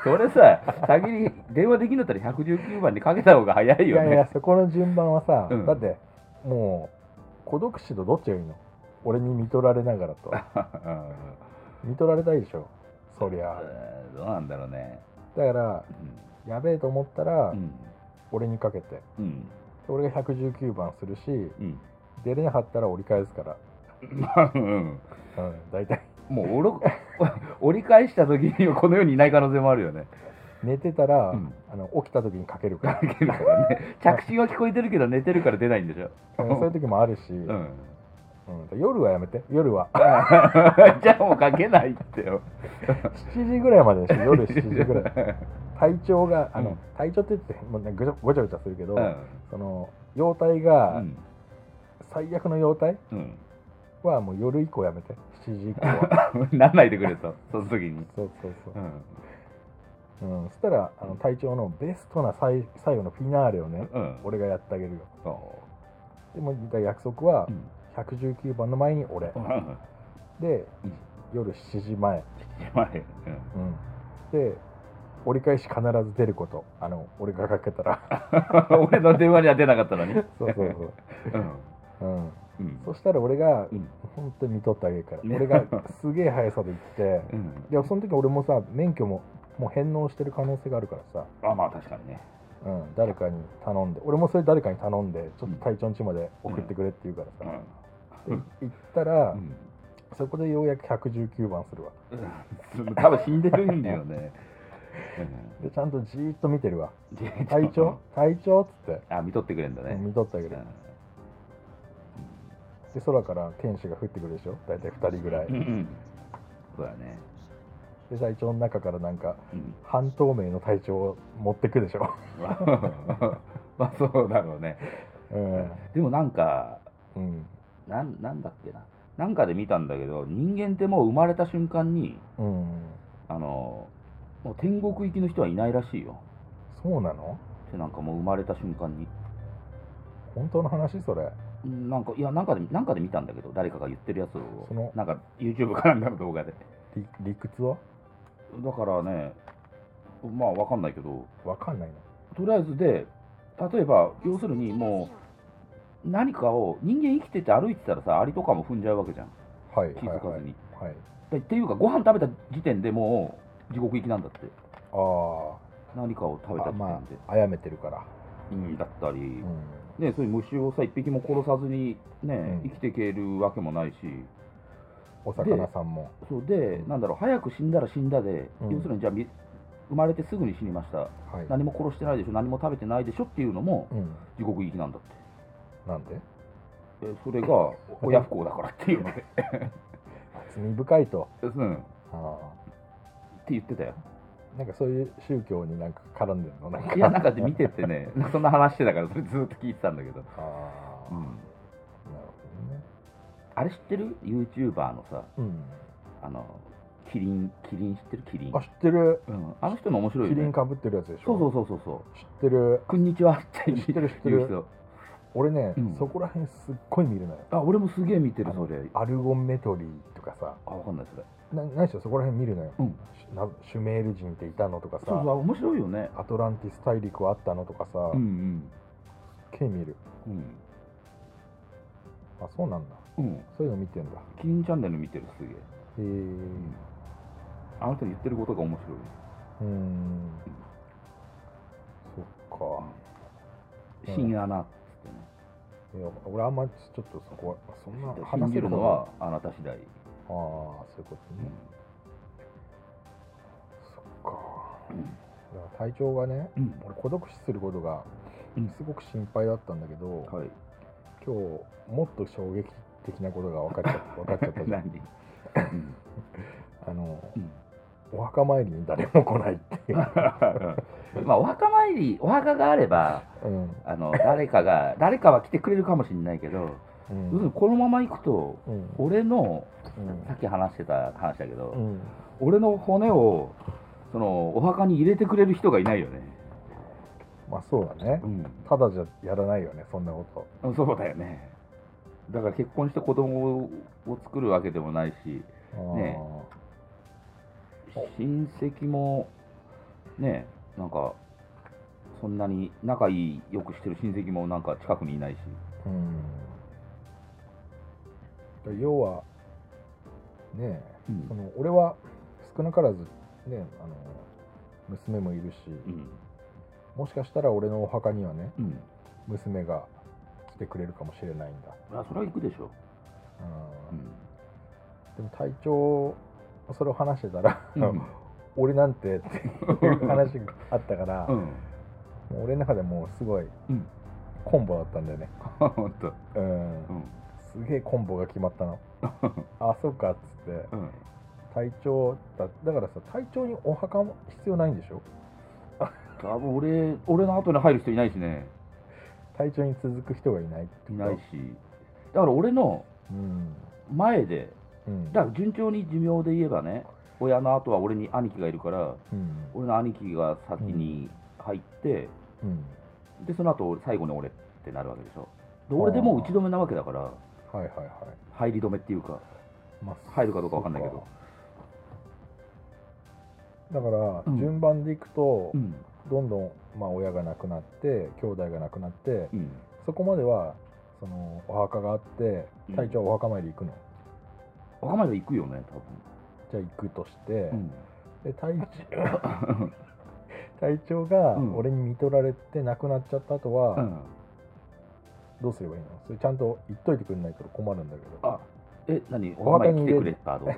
Speaker 3: それさ、先に電話できるんだったら119番にかけた方が早い
Speaker 2: い
Speaker 3: よ
Speaker 2: やい
Speaker 3: ね
Speaker 2: や。そこの順番はさ、
Speaker 3: うん
Speaker 2: だってもう孤独死とどっちがいいの俺に見とられながら と見とられたいでしょそりゃ
Speaker 3: うんどうなんだろうね。
Speaker 2: だからやべえと思ったら、
Speaker 3: うん。
Speaker 2: 俺にかけて
Speaker 3: うん。
Speaker 2: 俺が119番するし
Speaker 3: うん。
Speaker 2: 出れなかったら折り返すから、
Speaker 3: うん
Speaker 2: うん、大体
Speaker 3: もうおろ 折り返した時にはこの世にいない可能性もあるよね。
Speaker 2: 寝てたら、
Speaker 3: うん
Speaker 2: あの起きた時にかけるか
Speaker 3: だからね、着信は聞こえてるけど寝てるから出ないんでしょ。
Speaker 2: ら、 うんそういう時もあるし、う
Speaker 3: うんん。
Speaker 2: 夜はやめて夜は
Speaker 3: じゃあもうかけないってよ。
Speaker 2: 7時ぐらいまでにして夜7時ぐ らい体調があの、
Speaker 3: うん
Speaker 2: 体調って言ってもうねぐちゃごちゃごちゃするけど、
Speaker 3: うん。
Speaker 2: その容体
Speaker 3: う
Speaker 2: が、
Speaker 3: ん。
Speaker 2: 最悪の容態
Speaker 3: うん。
Speaker 2: はもう夜以降やめて7時以降は
Speaker 3: なんないでくれと、その時に。
Speaker 2: そうそうそうう、
Speaker 3: ん。
Speaker 2: うんそしたらあの体調のベストな最最後のフィナーレをね
Speaker 3: うん。
Speaker 2: 俺がやってあげるよ
Speaker 3: そ
Speaker 2: でもだから約束は
Speaker 3: う。うん。
Speaker 2: 119番の前に俺、
Speaker 3: うん
Speaker 2: で
Speaker 3: うん
Speaker 2: 夜7時前、
Speaker 3: やばい。うん。
Speaker 2: うん、で折り返し必ず出ることあの俺がかけた ら
Speaker 3: 俺の電話には出なかったのに。
Speaker 2: そうそうそう、
Speaker 3: うん。
Speaker 2: うん、
Speaker 3: うん。
Speaker 2: そしたら俺が
Speaker 3: うん。
Speaker 2: 本当に見とってあげるから
Speaker 3: ね
Speaker 2: 俺 がすげえ速さで行って
Speaker 3: うん。
Speaker 2: でその時俺もさ免許ももう返納してる可能性があるからさ、
Speaker 3: あ、まあ確かにね。
Speaker 2: うん、誰かに頼んで俺もそれ誰かに頼んでちょっと隊長の家まで送ってくれって言うからさ、
Speaker 3: うん。
Speaker 2: 行ったら、
Speaker 3: うん。
Speaker 2: そこでようやく119番するわ
Speaker 3: うん多分死んでるんだよね。
Speaker 2: でちゃんとじーっと見てるわ
Speaker 3: うん
Speaker 2: 隊長隊長っつって
Speaker 3: あ、見とってくれんだね。
Speaker 2: 見とってあげる
Speaker 3: う
Speaker 2: で空から天使が降ってくるでしょ大体2人ぐらい
Speaker 3: んうん。そうだね。
Speaker 2: で隊長の中からなんか
Speaker 3: うん。
Speaker 2: 半透明の隊長を持ってくでしょ
Speaker 3: まあまあそうだろうね。
Speaker 2: うん、
Speaker 3: でもなんか、
Speaker 2: うん
Speaker 3: なんなんだっけな。なんかで見たんだけど、人間ってもう生まれた瞬間に、
Speaker 2: うん、
Speaker 3: あの、もう天国行きの人はいないらしいよ。
Speaker 2: そうなの
Speaker 3: ってなんかもう生まれた瞬間に
Speaker 2: 本当の話それ
Speaker 3: なんかいやなんかでなんかで見たんだけど誰かが言ってるやつを
Speaker 2: その
Speaker 3: なんか YouTube かなんかの動画で
Speaker 2: 理理屈は
Speaker 3: だからねまあわかんないけど
Speaker 2: わかんないの
Speaker 3: とりあえずで例えば要
Speaker 4: 要
Speaker 3: す
Speaker 4: す
Speaker 3: る
Speaker 4: る
Speaker 3: に
Speaker 4: に
Speaker 3: も
Speaker 4: も
Speaker 3: う何かを人間生きてて歩いてたらさアリとかも踏んじゃうわけじゃん
Speaker 2: はい
Speaker 3: 気づかずに、
Speaker 2: はい、はい
Speaker 3: でっていうかご飯食べた時点でもう地獄行きなんだって
Speaker 2: あ
Speaker 3: 何かを食べ
Speaker 2: ー
Speaker 3: た
Speaker 2: あ
Speaker 3: 時
Speaker 2: ま
Speaker 3: 点で、
Speaker 2: ああやめてるから、
Speaker 3: うんだったり、
Speaker 2: うん、
Speaker 3: ね、そういう虫をさ一匹も殺さずに、ね
Speaker 2: うん
Speaker 3: 生きていけるわけもないし
Speaker 2: お魚さんも
Speaker 3: そうでなんだろう早く死んだら死んだで、
Speaker 2: うん
Speaker 3: 要するにじゃあみ生まれてすぐに死にました
Speaker 2: はい、
Speaker 3: 何も殺してないでしょ何も食べてないでしょっていうのも
Speaker 2: うん、
Speaker 3: 地獄行きなんだって
Speaker 2: なんで
Speaker 3: え それが親不孝だからっていうので、
Speaker 2: 罪深いと
Speaker 3: うん、って
Speaker 2: あ
Speaker 3: 言ってたよ
Speaker 2: ーなんかそういう宗教になんか絡んでるのなんか
Speaker 3: いやなんか見ててねそんな話してたからそれずっと聞いてたんだけど、
Speaker 2: ああ、なるほどね
Speaker 3: あれ知ってる YouTuber のさ
Speaker 2: うん
Speaker 3: あのキリンキリン知ってるキリン
Speaker 2: あ知ってる
Speaker 3: うん、あの人の面白い
Speaker 2: キ
Speaker 3: よ
Speaker 2: リ
Speaker 3: ね
Speaker 2: ンかぶってるやつでしょ
Speaker 3: そうそうそうそうそう
Speaker 2: 知ってる
Speaker 3: こんにちはって
Speaker 2: 知ってる知ってる
Speaker 3: 言う人
Speaker 2: 俺ね、
Speaker 3: うん
Speaker 2: そこら辺すっごい見るのよ
Speaker 3: あ俺もすげえ見てる
Speaker 2: あ
Speaker 3: そ
Speaker 2: の
Speaker 3: れ
Speaker 2: アルゴメトリーとかさ
Speaker 3: あわかんないそれ
Speaker 2: な何しろそこら辺見るのよ、
Speaker 3: うん
Speaker 2: シュなシュメール人っていたのとかさ
Speaker 3: そうそう面白いよね
Speaker 2: アトランティス大陸はあったのとかさ、
Speaker 3: うん
Speaker 2: すっげえ見る
Speaker 3: うんうん
Speaker 2: あそうなんだ
Speaker 3: うん
Speaker 2: そういうの見てんだ
Speaker 3: キリンチャンネル見てるすげえ
Speaker 2: へえ
Speaker 3: あの人の言ってることが面白い
Speaker 2: うんそっかうん
Speaker 3: 深夜なっつってね
Speaker 2: いや俺あんまちょっとそこはそんな
Speaker 3: 信
Speaker 2: 話
Speaker 3: じ
Speaker 2: せ
Speaker 3: る
Speaker 2: る
Speaker 3: の
Speaker 2: の
Speaker 3: は
Speaker 2: は
Speaker 3: あなた次
Speaker 2: あ
Speaker 3: 第、
Speaker 2: あそういうことね、そっか
Speaker 3: うん
Speaker 2: だから体調がね
Speaker 3: うん
Speaker 2: 俺孤独死することが
Speaker 3: うん
Speaker 2: すごく心配だったんだけど、
Speaker 3: はい
Speaker 2: 今日もっと衝撃的なことが分かっちゃった分かっちゃったじゃん
Speaker 3: 何うん
Speaker 2: あの、
Speaker 3: うん
Speaker 2: お墓参りに誰も来ないっていう、
Speaker 3: まあお墓参りお墓があれば
Speaker 2: うん
Speaker 3: あの誰かが誰かは来てくれるかもしれないけど、
Speaker 2: う
Speaker 3: 要する
Speaker 2: ん
Speaker 3: にこのまま行くと
Speaker 2: うん
Speaker 3: 俺の
Speaker 2: うん
Speaker 3: さっき話してた話だけど、
Speaker 2: うん
Speaker 3: 俺の骨をそのお墓に入れてくれる人がいないよね、
Speaker 2: まあそうだね
Speaker 3: うん、
Speaker 2: ただじゃやらないよねそんなこ
Speaker 3: そうだよねだから結婚して子供を作るわけでもないし
Speaker 2: とあー
Speaker 3: ね親戚もねなんかそんなに仲いいよくしてる親戚もなんか近くにいないし
Speaker 2: うんだ要はねえ
Speaker 3: うん
Speaker 2: その俺は少なからずねあの娘もいるし、
Speaker 3: うん
Speaker 2: もしかしたら俺のお墓にはね
Speaker 3: うん
Speaker 2: 娘が来てくれるかもしれないんだ、
Speaker 3: あそれは行くでしょ、
Speaker 2: う
Speaker 3: うんん
Speaker 2: でも体調それを話してたら、
Speaker 3: うん、
Speaker 2: 俺なんてっていう 話があったから、
Speaker 3: う
Speaker 2: も
Speaker 3: ん、
Speaker 2: う俺の中でもうすごい
Speaker 3: うん
Speaker 2: コンボだったんだよね、
Speaker 3: 本当、
Speaker 2: うん
Speaker 3: うん
Speaker 2: すげえコンボが決まった のあそうかっつって
Speaker 3: うん、
Speaker 2: 体調だだからさ体調にお墓も必要ないんでしょ
Speaker 3: 多分俺俺の後に入る人いないしね
Speaker 2: 体調に続く人がいないって
Speaker 3: い
Speaker 2: こと
Speaker 3: ないしだから俺の
Speaker 2: うん
Speaker 3: 前で
Speaker 2: うん
Speaker 3: だから順調に寿命で言えばね親の後は俺に兄貴がいるから
Speaker 2: うん
Speaker 3: 俺の兄貴が先に入って、
Speaker 2: うん
Speaker 3: でその後俺最後に俺ってなるわけでしょで俺でもう打ち止めなわけだから
Speaker 2: はいはいはい
Speaker 3: 入り止めっていうか
Speaker 2: まあ
Speaker 3: 入るかどうかわかんないけど
Speaker 2: だから
Speaker 3: うん
Speaker 2: 順番でいくと、
Speaker 3: うん
Speaker 2: どんどん、まあ、親が亡くなって兄弟が亡くなって
Speaker 3: うん
Speaker 2: そこまではそのお墓があって
Speaker 3: うん
Speaker 2: 隊長はお墓参り行くの、
Speaker 3: 若前は行くよね
Speaker 2: じゃあ行くとして、
Speaker 3: 多分、
Speaker 2: で隊 長隊長が
Speaker 3: うん
Speaker 2: 俺に見取られて亡くなっちゃった後
Speaker 3: うんう
Speaker 2: は
Speaker 3: ん、
Speaker 2: どうすればいいのそれちゃんと言っといてくれないと困るんだけど
Speaker 3: あえ何
Speaker 2: お
Speaker 3: お墓
Speaker 2: 墓
Speaker 3: に
Speaker 2: に
Speaker 3: 来
Speaker 2: 入
Speaker 3: て
Speaker 2: れ
Speaker 3: くれたどうか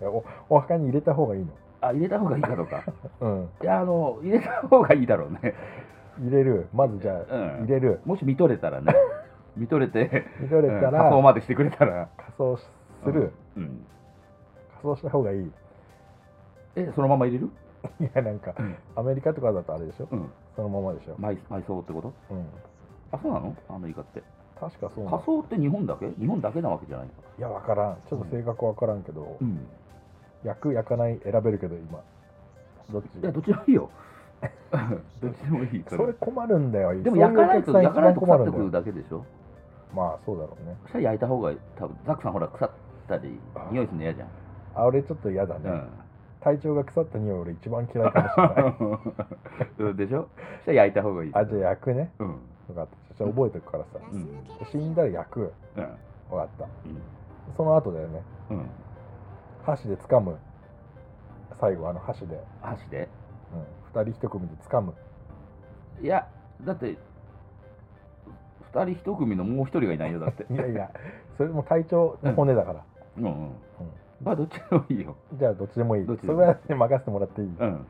Speaker 2: いやおお墓に入れた方がいいの
Speaker 3: あ入れた方がいいかどうか
Speaker 2: うん
Speaker 3: いやあの入れた方がいいだろうね、
Speaker 2: 入れるまずじゃあ、
Speaker 3: うん
Speaker 2: 入れる
Speaker 3: もし見とれたらね 見とれて
Speaker 2: 見取れた
Speaker 3: うん仮
Speaker 2: ら、
Speaker 3: 装までしてくれたら
Speaker 2: 仮装する、
Speaker 3: うん、うん
Speaker 2: 仮装した方がいい
Speaker 3: えそのまま入れる、
Speaker 2: いやなんか
Speaker 3: うん
Speaker 2: アメリカとかだとあれでしょ
Speaker 3: うん、
Speaker 2: そのままでしょ、
Speaker 3: 埋埋葬ってこと
Speaker 2: うん、
Speaker 3: あそうなのアメリカって
Speaker 2: 確かそうなの
Speaker 3: 仮想って日本だけ日本だけなわけじゃないの
Speaker 2: いやわからんちょっと性格わからんけど、
Speaker 3: ん
Speaker 2: 焼く焼かない選べるけど今どっち
Speaker 3: いやどっちでもい いよどっちでもいいか
Speaker 2: そ
Speaker 3: ら
Speaker 2: れ困るんだよ
Speaker 3: で
Speaker 2: そ
Speaker 3: も
Speaker 2: うう
Speaker 3: 焼かないと
Speaker 2: お客さん
Speaker 3: 焼かない
Speaker 2: 一番
Speaker 3: と
Speaker 2: 困
Speaker 3: 腐
Speaker 2: る
Speaker 3: って
Speaker 2: んだよ
Speaker 3: くるだけでしょ
Speaker 2: まあそうだろうね
Speaker 3: そしたら焼いた方が多分ザックさんほら腐ったり匂いするの嫌じゃん
Speaker 2: あ俺ちょっと嫌だね、体調が腐った匂い俺一番嫌いかもしれない
Speaker 3: うん でしょそしたら焼いた方がいい
Speaker 2: あじゃあ焼くね
Speaker 3: うん
Speaker 2: 分かったじゃあ覚えておくからさ
Speaker 3: うん
Speaker 2: 死んだら焼く
Speaker 3: うん
Speaker 2: 分かった
Speaker 3: うん
Speaker 2: その後だよね
Speaker 3: うん
Speaker 2: 箸で掴む最後あの箸で、
Speaker 3: 箸で
Speaker 2: うん、2人1組で掴む
Speaker 3: いやだって2人1組のもう1人がいないよだ って
Speaker 2: いやいやそれも体調の骨だから、
Speaker 3: うんうんまあどっちでもいいよ
Speaker 2: じゃあどっちでもいい
Speaker 3: どっち
Speaker 2: そ
Speaker 3: でも
Speaker 2: れ
Speaker 3: いい
Speaker 2: は、ね、任せてもらっていい、
Speaker 3: うん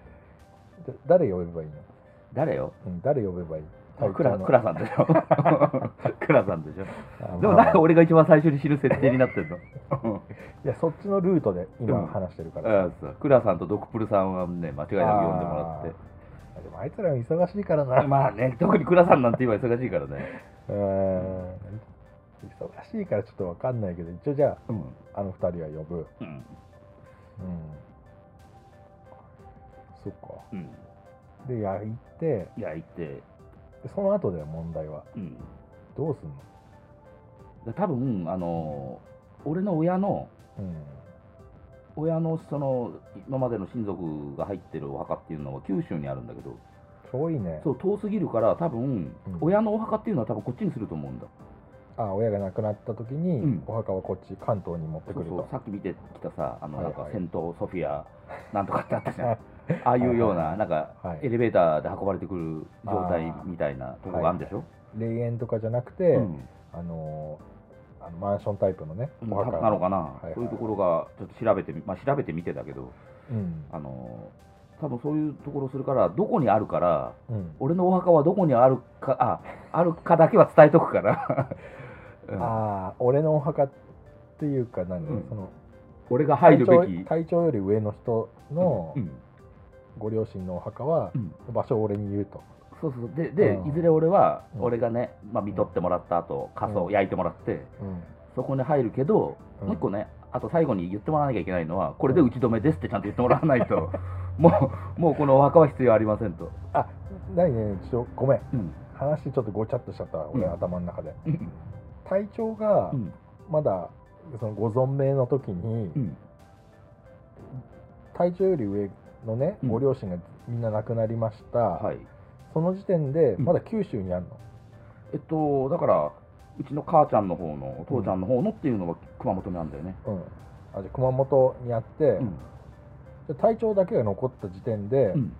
Speaker 2: じゃ誰呼べばいいの、
Speaker 3: 誰よ
Speaker 2: うん、誰呼べばいい
Speaker 3: クラクラさんでしょ クラさんでしょで
Speaker 2: で
Speaker 3: も
Speaker 2: も
Speaker 3: なんか俺が一番最初に知る設定になってるの
Speaker 2: いやそっちのルートで
Speaker 3: うん
Speaker 2: 今話してるか
Speaker 3: う
Speaker 2: ら、
Speaker 3: んそうクラさんとドクプルさんはね間違いなく呼んでもらって
Speaker 2: でもあいつらも忙しいからな、
Speaker 3: まあね、特に倉さんなんて今忙しいからね。
Speaker 2: うーん忙しいからちょっとわかんないけど一応じゃ
Speaker 3: うん。
Speaker 2: ああの2人は呼ぶうん
Speaker 3: うん。
Speaker 2: そっか
Speaker 3: うん。
Speaker 2: で焼いて
Speaker 3: 焼いて、
Speaker 2: でその後だよ問題は
Speaker 3: うん。
Speaker 2: どうすんの
Speaker 3: で多分、あのー俺の親の、
Speaker 2: うん
Speaker 3: 親のその、今までの親族が入ってるお墓っていうのは九州にあるんだけど、
Speaker 2: 遠いね
Speaker 3: そう、遠すぎるから、多分、
Speaker 2: うん
Speaker 3: 親のお墓っていうのは多分こっちにすると思うんだ。
Speaker 2: あ親が亡くなった時に、
Speaker 3: うん
Speaker 2: お墓はこっち関東に持ってく
Speaker 3: そう
Speaker 2: る
Speaker 3: そう
Speaker 2: と、
Speaker 3: さっき見てきたさ、あの、なん
Speaker 2: はい
Speaker 3: か
Speaker 2: は、い
Speaker 3: 戦闘ソフ ィア、なんとかってあったじゃん。ああいうような、なんか、
Speaker 2: はい
Speaker 3: エレベーターで運ばれてくる状態みたいなとこがあるんでしょ、
Speaker 2: 霊園とかじゃなくて、
Speaker 3: うん。
Speaker 2: あのーあのマンションタイプのねお
Speaker 3: な
Speaker 2: 墓
Speaker 3: なのかな、
Speaker 2: いはい
Speaker 3: そういうところがちょっと調べてみ、まあ、調べてみてだけど、
Speaker 2: うん
Speaker 3: あの多分そういうところするから、どこにあるから、
Speaker 2: うん
Speaker 3: 俺のお墓はどこにあるか、ああるかだけは伝えとくから、うん
Speaker 2: ああ俺のお墓っていうか何、
Speaker 3: うん
Speaker 2: その
Speaker 3: 俺が入るべ
Speaker 2: 体調
Speaker 3: き。
Speaker 2: 体調より上の人の
Speaker 3: うん
Speaker 2: ご両親のお墓は
Speaker 3: うん
Speaker 2: 場所を俺に言うと、
Speaker 3: そうそうそうでで、
Speaker 2: うん
Speaker 3: いずれ俺は、
Speaker 2: うん
Speaker 3: 俺がね、まあ、見取ってもらった後仮装、
Speaker 2: うん
Speaker 3: 焼いてもらって、そこに入るけど、もう一個ね、あと最後に言ってもらわなきゃいけないのは、これで打ち止めですってちゃんと言ってもらわないと、もう、もうこのお墓は必要ありませんと。
Speaker 2: あ何ねちょっとごめん
Speaker 3: うん
Speaker 2: 話ちょっとごちゃっとしちゃった俺、
Speaker 3: うん
Speaker 2: 頭の中で
Speaker 3: うん
Speaker 2: 体調が
Speaker 3: うん
Speaker 2: まだそのご存命の時に、
Speaker 3: うん
Speaker 2: 体調より上のね、
Speaker 3: うん
Speaker 2: ご両親がみんな亡くなりました、
Speaker 3: はい、
Speaker 2: その時点で
Speaker 3: ん
Speaker 2: まだ九州にあるの、
Speaker 3: えっと、だから、うちの母ちゃんの方の、お父ちゃんの方のっていうのが熊本なんだよね。
Speaker 2: うんあじゃあ熊本にあって、
Speaker 3: うん
Speaker 2: で体調だけが残った時点で、
Speaker 3: うん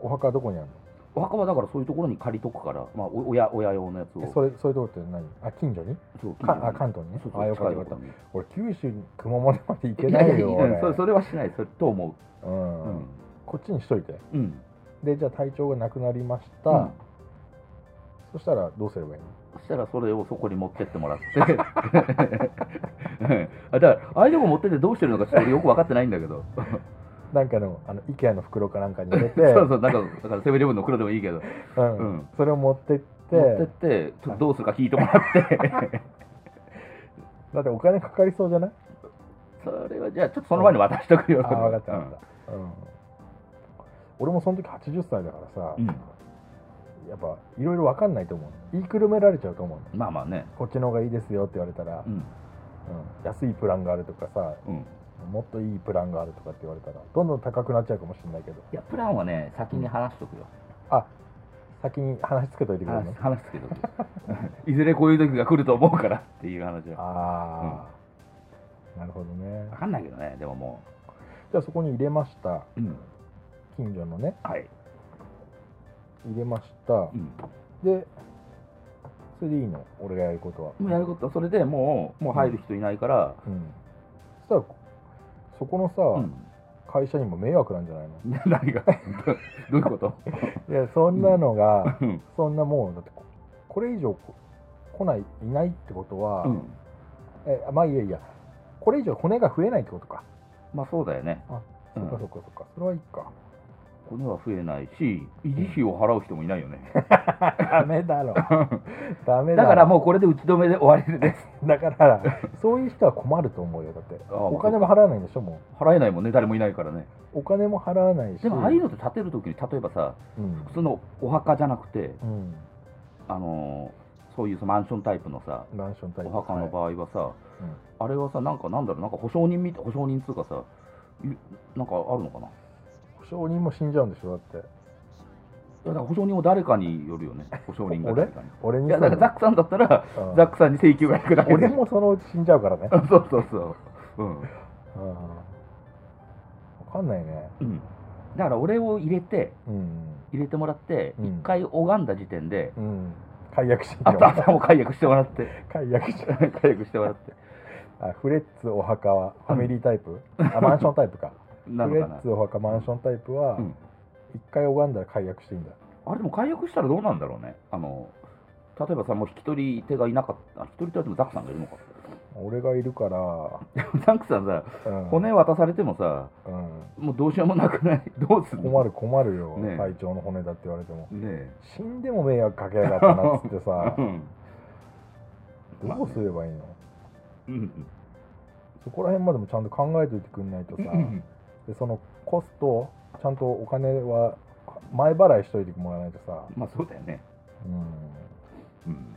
Speaker 2: お墓はどこにある
Speaker 3: お墓はだからそういうところに借りとくから、まあ、お親親用のやつ
Speaker 2: の、え
Speaker 3: を。
Speaker 2: それそういうとこって何あ近所に
Speaker 3: そう
Speaker 2: かあ関東にね
Speaker 3: そうそう
Speaker 2: あよかったよか
Speaker 3: 近
Speaker 2: っ
Speaker 3: い
Speaker 2: た
Speaker 3: とこに
Speaker 2: 俺九州に熊本まで行けない
Speaker 3: やや
Speaker 2: よ
Speaker 3: やうんそれそれはしない、それと思
Speaker 2: 俺う
Speaker 3: う。うんん。
Speaker 2: こっちにしといて
Speaker 3: うん。
Speaker 2: でじゃあ体調がなくなりました、
Speaker 3: うん
Speaker 2: そしたらどうすればいいの
Speaker 3: そしたらそれをそこに持ってってもらって。 うんあだから、ああいうとこ持ってってどうしてるのかちょっと俺よく分かってないんだけど。
Speaker 2: なんかのあの IKEA の袋かなんかに入れて
Speaker 3: そうそう、なんか、だからセブンイレブンの黒でもいいけど。
Speaker 2: うん
Speaker 3: うん
Speaker 2: それを持ってって
Speaker 3: 持ってって、ちょっとどうするか聞いてもらって。
Speaker 2: だってお金かかりそうじゃない
Speaker 3: それはじゃあ、ちょっとその前に渡しとくよ。
Speaker 2: あ分かった分かった、うん俺もその時80歳だからさ、
Speaker 3: うん
Speaker 2: やっぱいろいろ分かんないと思う言いくるめられちゃうと思うの
Speaker 3: うんまあまあね。
Speaker 2: こっちの方がいいですよって言われたら、
Speaker 3: うん。
Speaker 2: うん安いプランがあるとかさ
Speaker 3: うん。
Speaker 2: もっといいプランがあるとかって言われたらどんどん高くなっちゃうかもしれないけど
Speaker 3: いや、プランはね、先に話しとくよ。
Speaker 2: あ先に話つけといてくれるの
Speaker 3: 話話すけど。 いずれこういう時が来ると思うからっていう話は。
Speaker 2: ああ、なるほどね
Speaker 3: わかんないけどね、でもも
Speaker 2: じゃあそこに入れました
Speaker 3: う。うん。
Speaker 2: 近所のね
Speaker 3: はい。
Speaker 2: 入れました
Speaker 3: うん。
Speaker 2: でそれでいいの俺がやることは
Speaker 3: もうやることはそれでもう、もう入る人いないから、
Speaker 2: うんそしたらそこのさ、
Speaker 3: うん。
Speaker 2: 会社にも迷惑なんじゃないの
Speaker 3: 何が どういうこと
Speaker 2: いやそんなのが、
Speaker 3: うん。
Speaker 2: そんなもうだってここれ以上こ来ないいないってことは、
Speaker 3: うん
Speaker 2: えまあいやいやこれ以上骨が増えないってことか、
Speaker 3: まあそうだよね。う
Speaker 2: そ
Speaker 3: ん
Speaker 2: っかそっかそっかそれはいい か
Speaker 3: 骨は増えないし、維持費を払う人もいないよね。
Speaker 2: ダメだろ ダメだ
Speaker 3: だ
Speaker 2: ろ
Speaker 3: からもうこれで打ち止めで終わりです。
Speaker 2: だから そういう人は困ると思うよだって
Speaker 3: ああ
Speaker 2: お金も払わないんでしょも
Speaker 3: 払えないもんね、誰もいないからね。
Speaker 2: うお金も払わないし
Speaker 3: でもああいうのって建てるときに、例えばさ、
Speaker 2: うん
Speaker 3: 普通のお墓じゃなくて、
Speaker 2: うん
Speaker 3: あのーそういうさマンションタイプのさ
Speaker 2: マンションタイプ
Speaker 3: お墓の場合はさ、
Speaker 2: いうん
Speaker 3: あれはさなんかなんだろうなんか保証人みたい保証人っつうかさいなんかあるのかない
Speaker 2: 保証人も死んじゃうんでしょだって
Speaker 3: やだから保証人を誰かによるよ ね保証人が
Speaker 2: 俺
Speaker 3: 誰かに
Speaker 2: 俺に
Speaker 3: いやだからザックさんだったら
Speaker 2: うん
Speaker 3: ザックさんに請求が行くだけで
Speaker 2: 俺もそのうち死んじゃうからね
Speaker 3: そうそうそううん、
Speaker 2: うん分かんないね
Speaker 3: うん、だから俺を入れて
Speaker 2: うん
Speaker 3: 入れてもらって
Speaker 2: うん
Speaker 3: 一回拝んだ時点で、
Speaker 2: うん解約し
Speaker 3: あ
Speaker 2: ん
Speaker 3: とあとはもう解約してもらって
Speaker 2: 解約し
Speaker 3: 解約してもらって
Speaker 2: あフレッツお墓はファミリータイプ、あマンションタイプか
Speaker 3: な
Speaker 2: フ
Speaker 3: の
Speaker 2: レ
Speaker 3: かな
Speaker 2: ッツお墓マンションタイプは
Speaker 3: うん
Speaker 2: 一回拝んだら解約していいんだ
Speaker 3: あれでも解約したらどうなんだろうねあの例えばさもう引き取り手がいなかったあ引き取り手はでもザックさんがいるのか
Speaker 2: 俺がいるから、
Speaker 3: ザックさんさ
Speaker 2: うん
Speaker 3: 骨渡されてもさ
Speaker 2: うん、
Speaker 3: もうどうしようもなくないどうすんの
Speaker 2: 困る困るよ、
Speaker 3: ねえ
Speaker 2: 隊長の骨だって言われても
Speaker 3: ねえ
Speaker 2: 死んでも迷惑かけやがったなっつって さ
Speaker 3: うん
Speaker 2: どうすればいいの
Speaker 3: うん
Speaker 2: そこら辺までもちゃんと考えておいてくんないとさ
Speaker 3: うん
Speaker 2: でそのコストちゃんとお金は前払いしといてもらわないとさ、
Speaker 3: まあそうだよね
Speaker 2: うん、
Speaker 3: うん、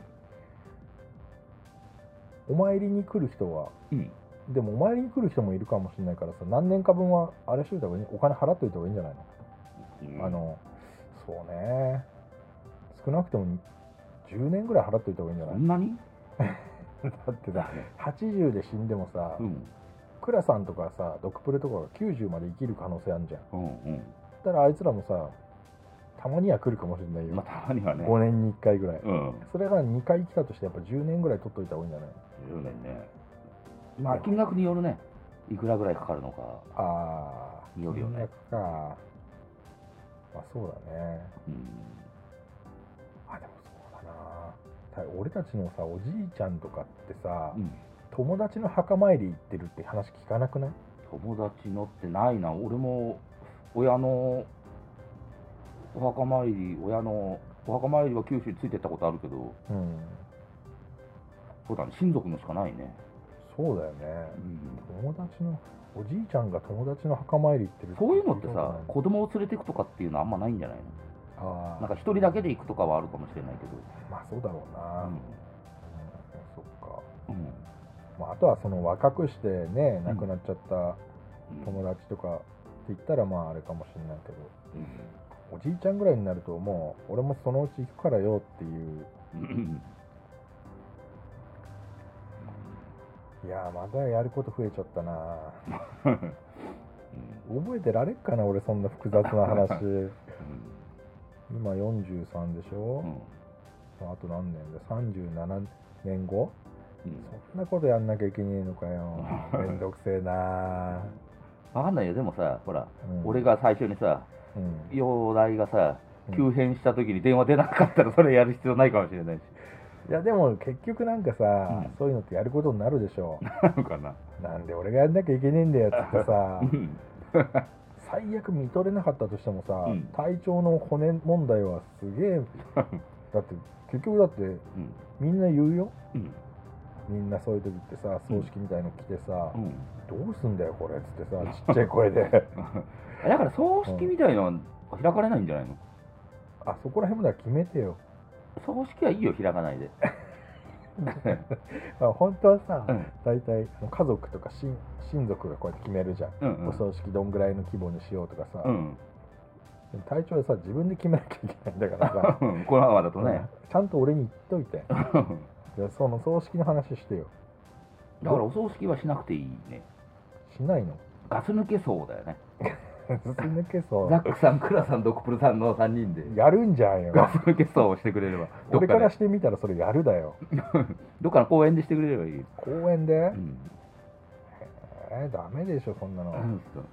Speaker 2: お参りに来る人は
Speaker 3: うん、
Speaker 2: でもお参りに来る人もいるかもしれないからさ何年か分はあれしといた方がいいお金払っといた方がいいんじゃないの、あのそうね少なくとも10年ぐらい払っといた方がいいんじゃな
Speaker 3: そ
Speaker 2: い、
Speaker 3: んなに
Speaker 2: だってさ80で死んでもさ、
Speaker 3: うん
Speaker 2: クラさんとかさドクプレとかが90まで生きる可能性あるじゃん
Speaker 3: うんうん
Speaker 2: だからあいつらもさたまには来るかもしれないよ、
Speaker 3: まあたまにはね
Speaker 2: 5年に1回ぐらい、
Speaker 3: うん
Speaker 2: それが2回来たとしてやっぱ10年ぐらい取っといた方がいいんじゃない
Speaker 3: 10年ねまあ金額によるねいくらぐらいかかるのか
Speaker 2: ああ
Speaker 3: よるよね
Speaker 2: かまあそうだね
Speaker 3: うん
Speaker 2: あでもそうだなた俺たちのさおじいちゃんとかってさ、
Speaker 3: うん
Speaker 2: 友達の墓参り行ってるって話聞かなくない
Speaker 3: 友達のってないな俺も親のお墓参り親のお墓参りは九州についてったことあるけど
Speaker 2: うん
Speaker 3: そうだね親族のしかないね
Speaker 2: そうだよね
Speaker 3: うん
Speaker 2: 友達のおじいちゃんが友達の墓参り行ってる
Speaker 3: そういうのってさ
Speaker 2: 聞いたこ
Speaker 3: 子供を連れてくとかっていうのはあんまないんじゃないの
Speaker 2: とないああ
Speaker 3: なんか一人だけで行くとかはあるかもしれないけど
Speaker 2: まあそうだろうな、うんそっか、
Speaker 3: うんうん
Speaker 2: まあ、あとはその若くしてね亡くなっちゃった
Speaker 3: うん
Speaker 2: 友達とかって言ったらまああれかもしれないけどおじいちゃんぐらいになるともう俺もそのうち行くからよっていう
Speaker 3: うん
Speaker 2: いやーまたやること増えちゃったな覚えてられっかな俺そんな複雑な話 今43でし
Speaker 3: う
Speaker 2: ょ、
Speaker 3: ん
Speaker 2: まああと何年だ37年後
Speaker 3: うん
Speaker 2: そんなことやんなきゃいけねえのかよめんどくせえな、
Speaker 3: わかんないよでもさほら
Speaker 2: うん
Speaker 3: 俺、が最初にさ
Speaker 2: うん
Speaker 3: 容体がさ
Speaker 2: うん
Speaker 3: 急変した時に電話出なかったらそれやる必要ないかもしれないし
Speaker 2: いやでも結局なんかさ、
Speaker 3: うん
Speaker 2: そういうのってやることになるでしょ
Speaker 3: なのかな
Speaker 2: なんで俺がやんなきゃいけねえんだよっつってさ
Speaker 3: うん
Speaker 2: 最悪見とれなかったとしてもさ、
Speaker 3: うん
Speaker 2: 体調の骨問題はすげえだって結局だって
Speaker 3: うん
Speaker 2: みんな言うよ
Speaker 3: うん
Speaker 2: みんなそういう時ってさ葬式みたいの来てさ、
Speaker 3: うん
Speaker 2: どうすんだよこれっつって さちっちゃい声で
Speaker 3: だから葬式みたいのは開かれないんじゃないの
Speaker 2: あそこら辺までは決めてよ
Speaker 3: 葬式はいいよ開かな いで
Speaker 2: あ本当はさ、
Speaker 3: うん
Speaker 2: 大体あの家族とか親親族がこうやって決めるじゃん、
Speaker 3: うんうん
Speaker 2: お葬式どんぐらいの規模にしようとかさ、
Speaker 3: うん
Speaker 2: でも体調でさ自分で決めなきゃいけないんだからさ
Speaker 3: うんこのままだとね
Speaker 2: ちゃんと俺に言っといてじゃあその葬式の話してよ
Speaker 3: だからお葬式はしなくていいね
Speaker 2: しないの
Speaker 3: ガス抜け葬だよね
Speaker 2: すす抜けそ
Speaker 3: ザ
Speaker 2: う
Speaker 3: ックさんクラさんドクプルさんの3人で
Speaker 2: やるんじゃんよ
Speaker 3: ガス抜け葬をしてくれればどっ
Speaker 2: 俺
Speaker 3: か
Speaker 2: から
Speaker 3: で
Speaker 2: してみたらそれやるだよ
Speaker 3: どっかの公園でしてくれればいい
Speaker 2: 公園で、
Speaker 3: うん
Speaker 2: えー、ダメでしょそんなの、
Speaker 3: うんそう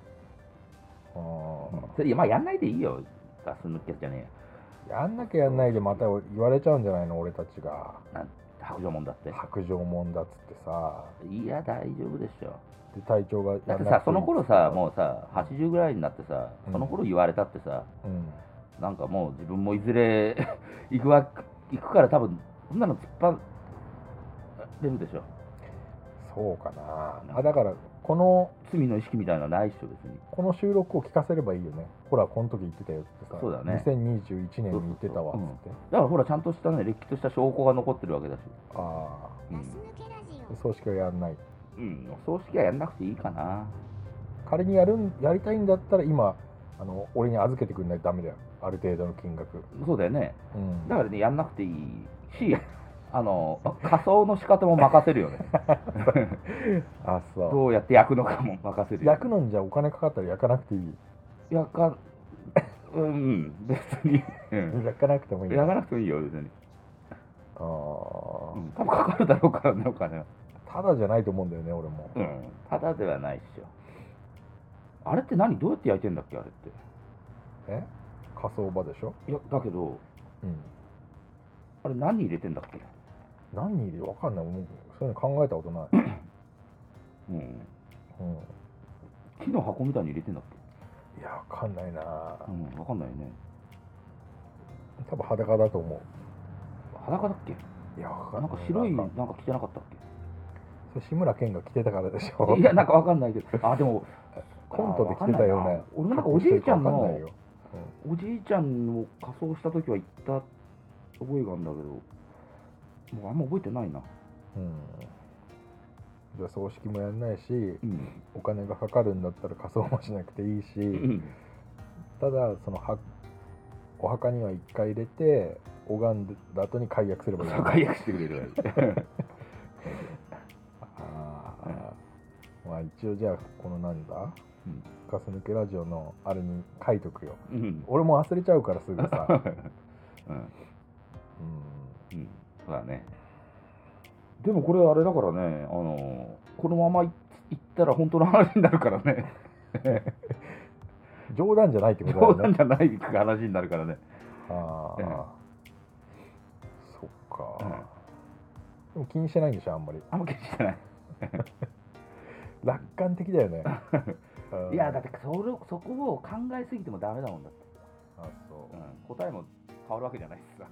Speaker 2: うん
Speaker 3: それいやまあやんないでいいよガス抜けじゃね
Speaker 2: やんなきゃやんないでまた言われちゃうんじゃないの俺たちが
Speaker 3: えやなん白状もんだって
Speaker 2: 白状もんだっつってさ
Speaker 3: いや大丈夫でしょ
Speaker 2: で隊長がやん
Speaker 3: だ
Speaker 2: な
Speaker 3: っ
Speaker 2: く
Speaker 3: て
Speaker 2: いい
Speaker 3: さその頃さもうさ80ぐらいになってさ
Speaker 2: うん
Speaker 3: その頃言われたってさ、
Speaker 2: うん
Speaker 3: なんかもう自分もいずれ 行くわ行くから多分そんなの突っ張れるでしょ
Speaker 2: そうかなあだからこの
Speaker 3: 罪の意識みたいなのはないっしょ、別に。
Speaker 2: この収録を聞かせればいいよねほらこの時言ってたよってさ
Speaker 3: そうだね
Speaker 2: 2021年に言ってたわっつって
Speaker 3: だからほら、ちゃんとしたね、れっきとした証拠が残ってるわけだし。
Speaker 2: ああ
Speaker 3: うん
Speaker 4: ガス抜けラジ
Speaker 2: で葬式はやんない
Speaker 3: うん、お葬式はやんなくていいかな。
Speaker 2: 仮にやるんやりたいんだったら今あの俺に預けてくんないとダメだよある程度の金額
Speaker 3: そうだよね。
Speaker 2: うん
Speaker 3: だからね、やんなくていいし、 あの、仮装の仕方も任せるよね。
Speaker 2: あそう
Speaker 3: どうやって焼くのかも任せるよ。
Speaker 2: 焼くのにじゃあお金かかったら焼かなくていい
Speaker 3: 焼か、うん、別に。うん
Speaker 2: 焼かなくてもいい
Speaker 3: 焼かなくてもいいよ、別に。
Speaker 2: あー
Speaker 3: うん、多分かかるだろうからね、お金は。
Speaker 2: ただじゃないと思うんだよね俺も、
Speaker 3: うん、ただではないっしょ。あれって何どうやって焼いてんだっけ、あれって。
Speaker 2: え火葬場でしょ、
Speaker 3: いや、だけど、
Speaker 2: うん、
Speaker 3: あれ何入れてんだっけ
Speaker 2: 何入れわかんないもうそういうの考えたことない、
Speaker 3: うん。
Speaker 2: うん、
Speaker 3: 木の箱みたいに入れてんだっ
Speaker 2: いやわかんないな
Speaker 3: けうん、わかんないね。
Speaker 2: 多分裸だと思
Speaker 3: 裸だっけ
Speaker 2: ういやわかん
Speaker 3: な
Speaker 2: なんい
Speaker 3: か白い、
Speaker 2: な
Speaker 3: なんん
Speaker 2: か
Speaker 3: か着てなかったっ
Speaker 2: それ志村けんが着てたからでしょ
Speaker 3: けいや、なんかわかんないけど、あ、でも、
Speaker 2: コントで着てたよ
Speaker 3: あわかんない
Speaker 2: ね
Speaker 3: な俺もなんかおじいちゃん
Speaker 2: わかない
Speaker 3: の
Speaker 2: よ、
Speaker 3: おじいちゃんを仮装した時は行った覚えがあるんだけど、もうあんま覚えてないな。
Speaker 2: うん、じゃあ葬式もやんないし
Speaker 3: うん。
Speaker 2: お金がかかるんだったら仮装もしなくていいし、
Speaker 3: うん。
Speaker 2: ただそのはお墓には一回入れて拝んだ後に解約すれ ばいい
Speaker 3: 解約してくれる。
Speaker 2: あーまあ一応じゃあこのなんだ、
Speaker 3: うん
Speaker 2: ガス抜けラジオのあれに書いとくよ
Speaker 3: うん。
Speaker 2: 俺も忘れちゃうからすぐさ うん
Speaker 3: うん。うん、そうだね。でもこれあれだからね、あのこのままい行ったら本当の話になるからね、
Speaker 2: 冗談じゃないってこと
Speaker 3: 冗
Speaker 2: だよ
Speaker 3: 談
Speaker 2: ね
Speaker 3: じゃない話になるからね。
Speaker 2: ああ、
Speaker 3: ええ
Speaker 2: そっか、
Speaker 3: うん
Speaker 2: でも気にしてないんでしょあんまり
Speaker 3: あんま気にしてない。
Speaker 2: 楽観的だよねうん
Speaker 3: いや、だってそれそこを考えすぎてもダメだもんだって、
Speaker 2: あそう
Speaker 3: うん答えも変わるわけじゃないしさ。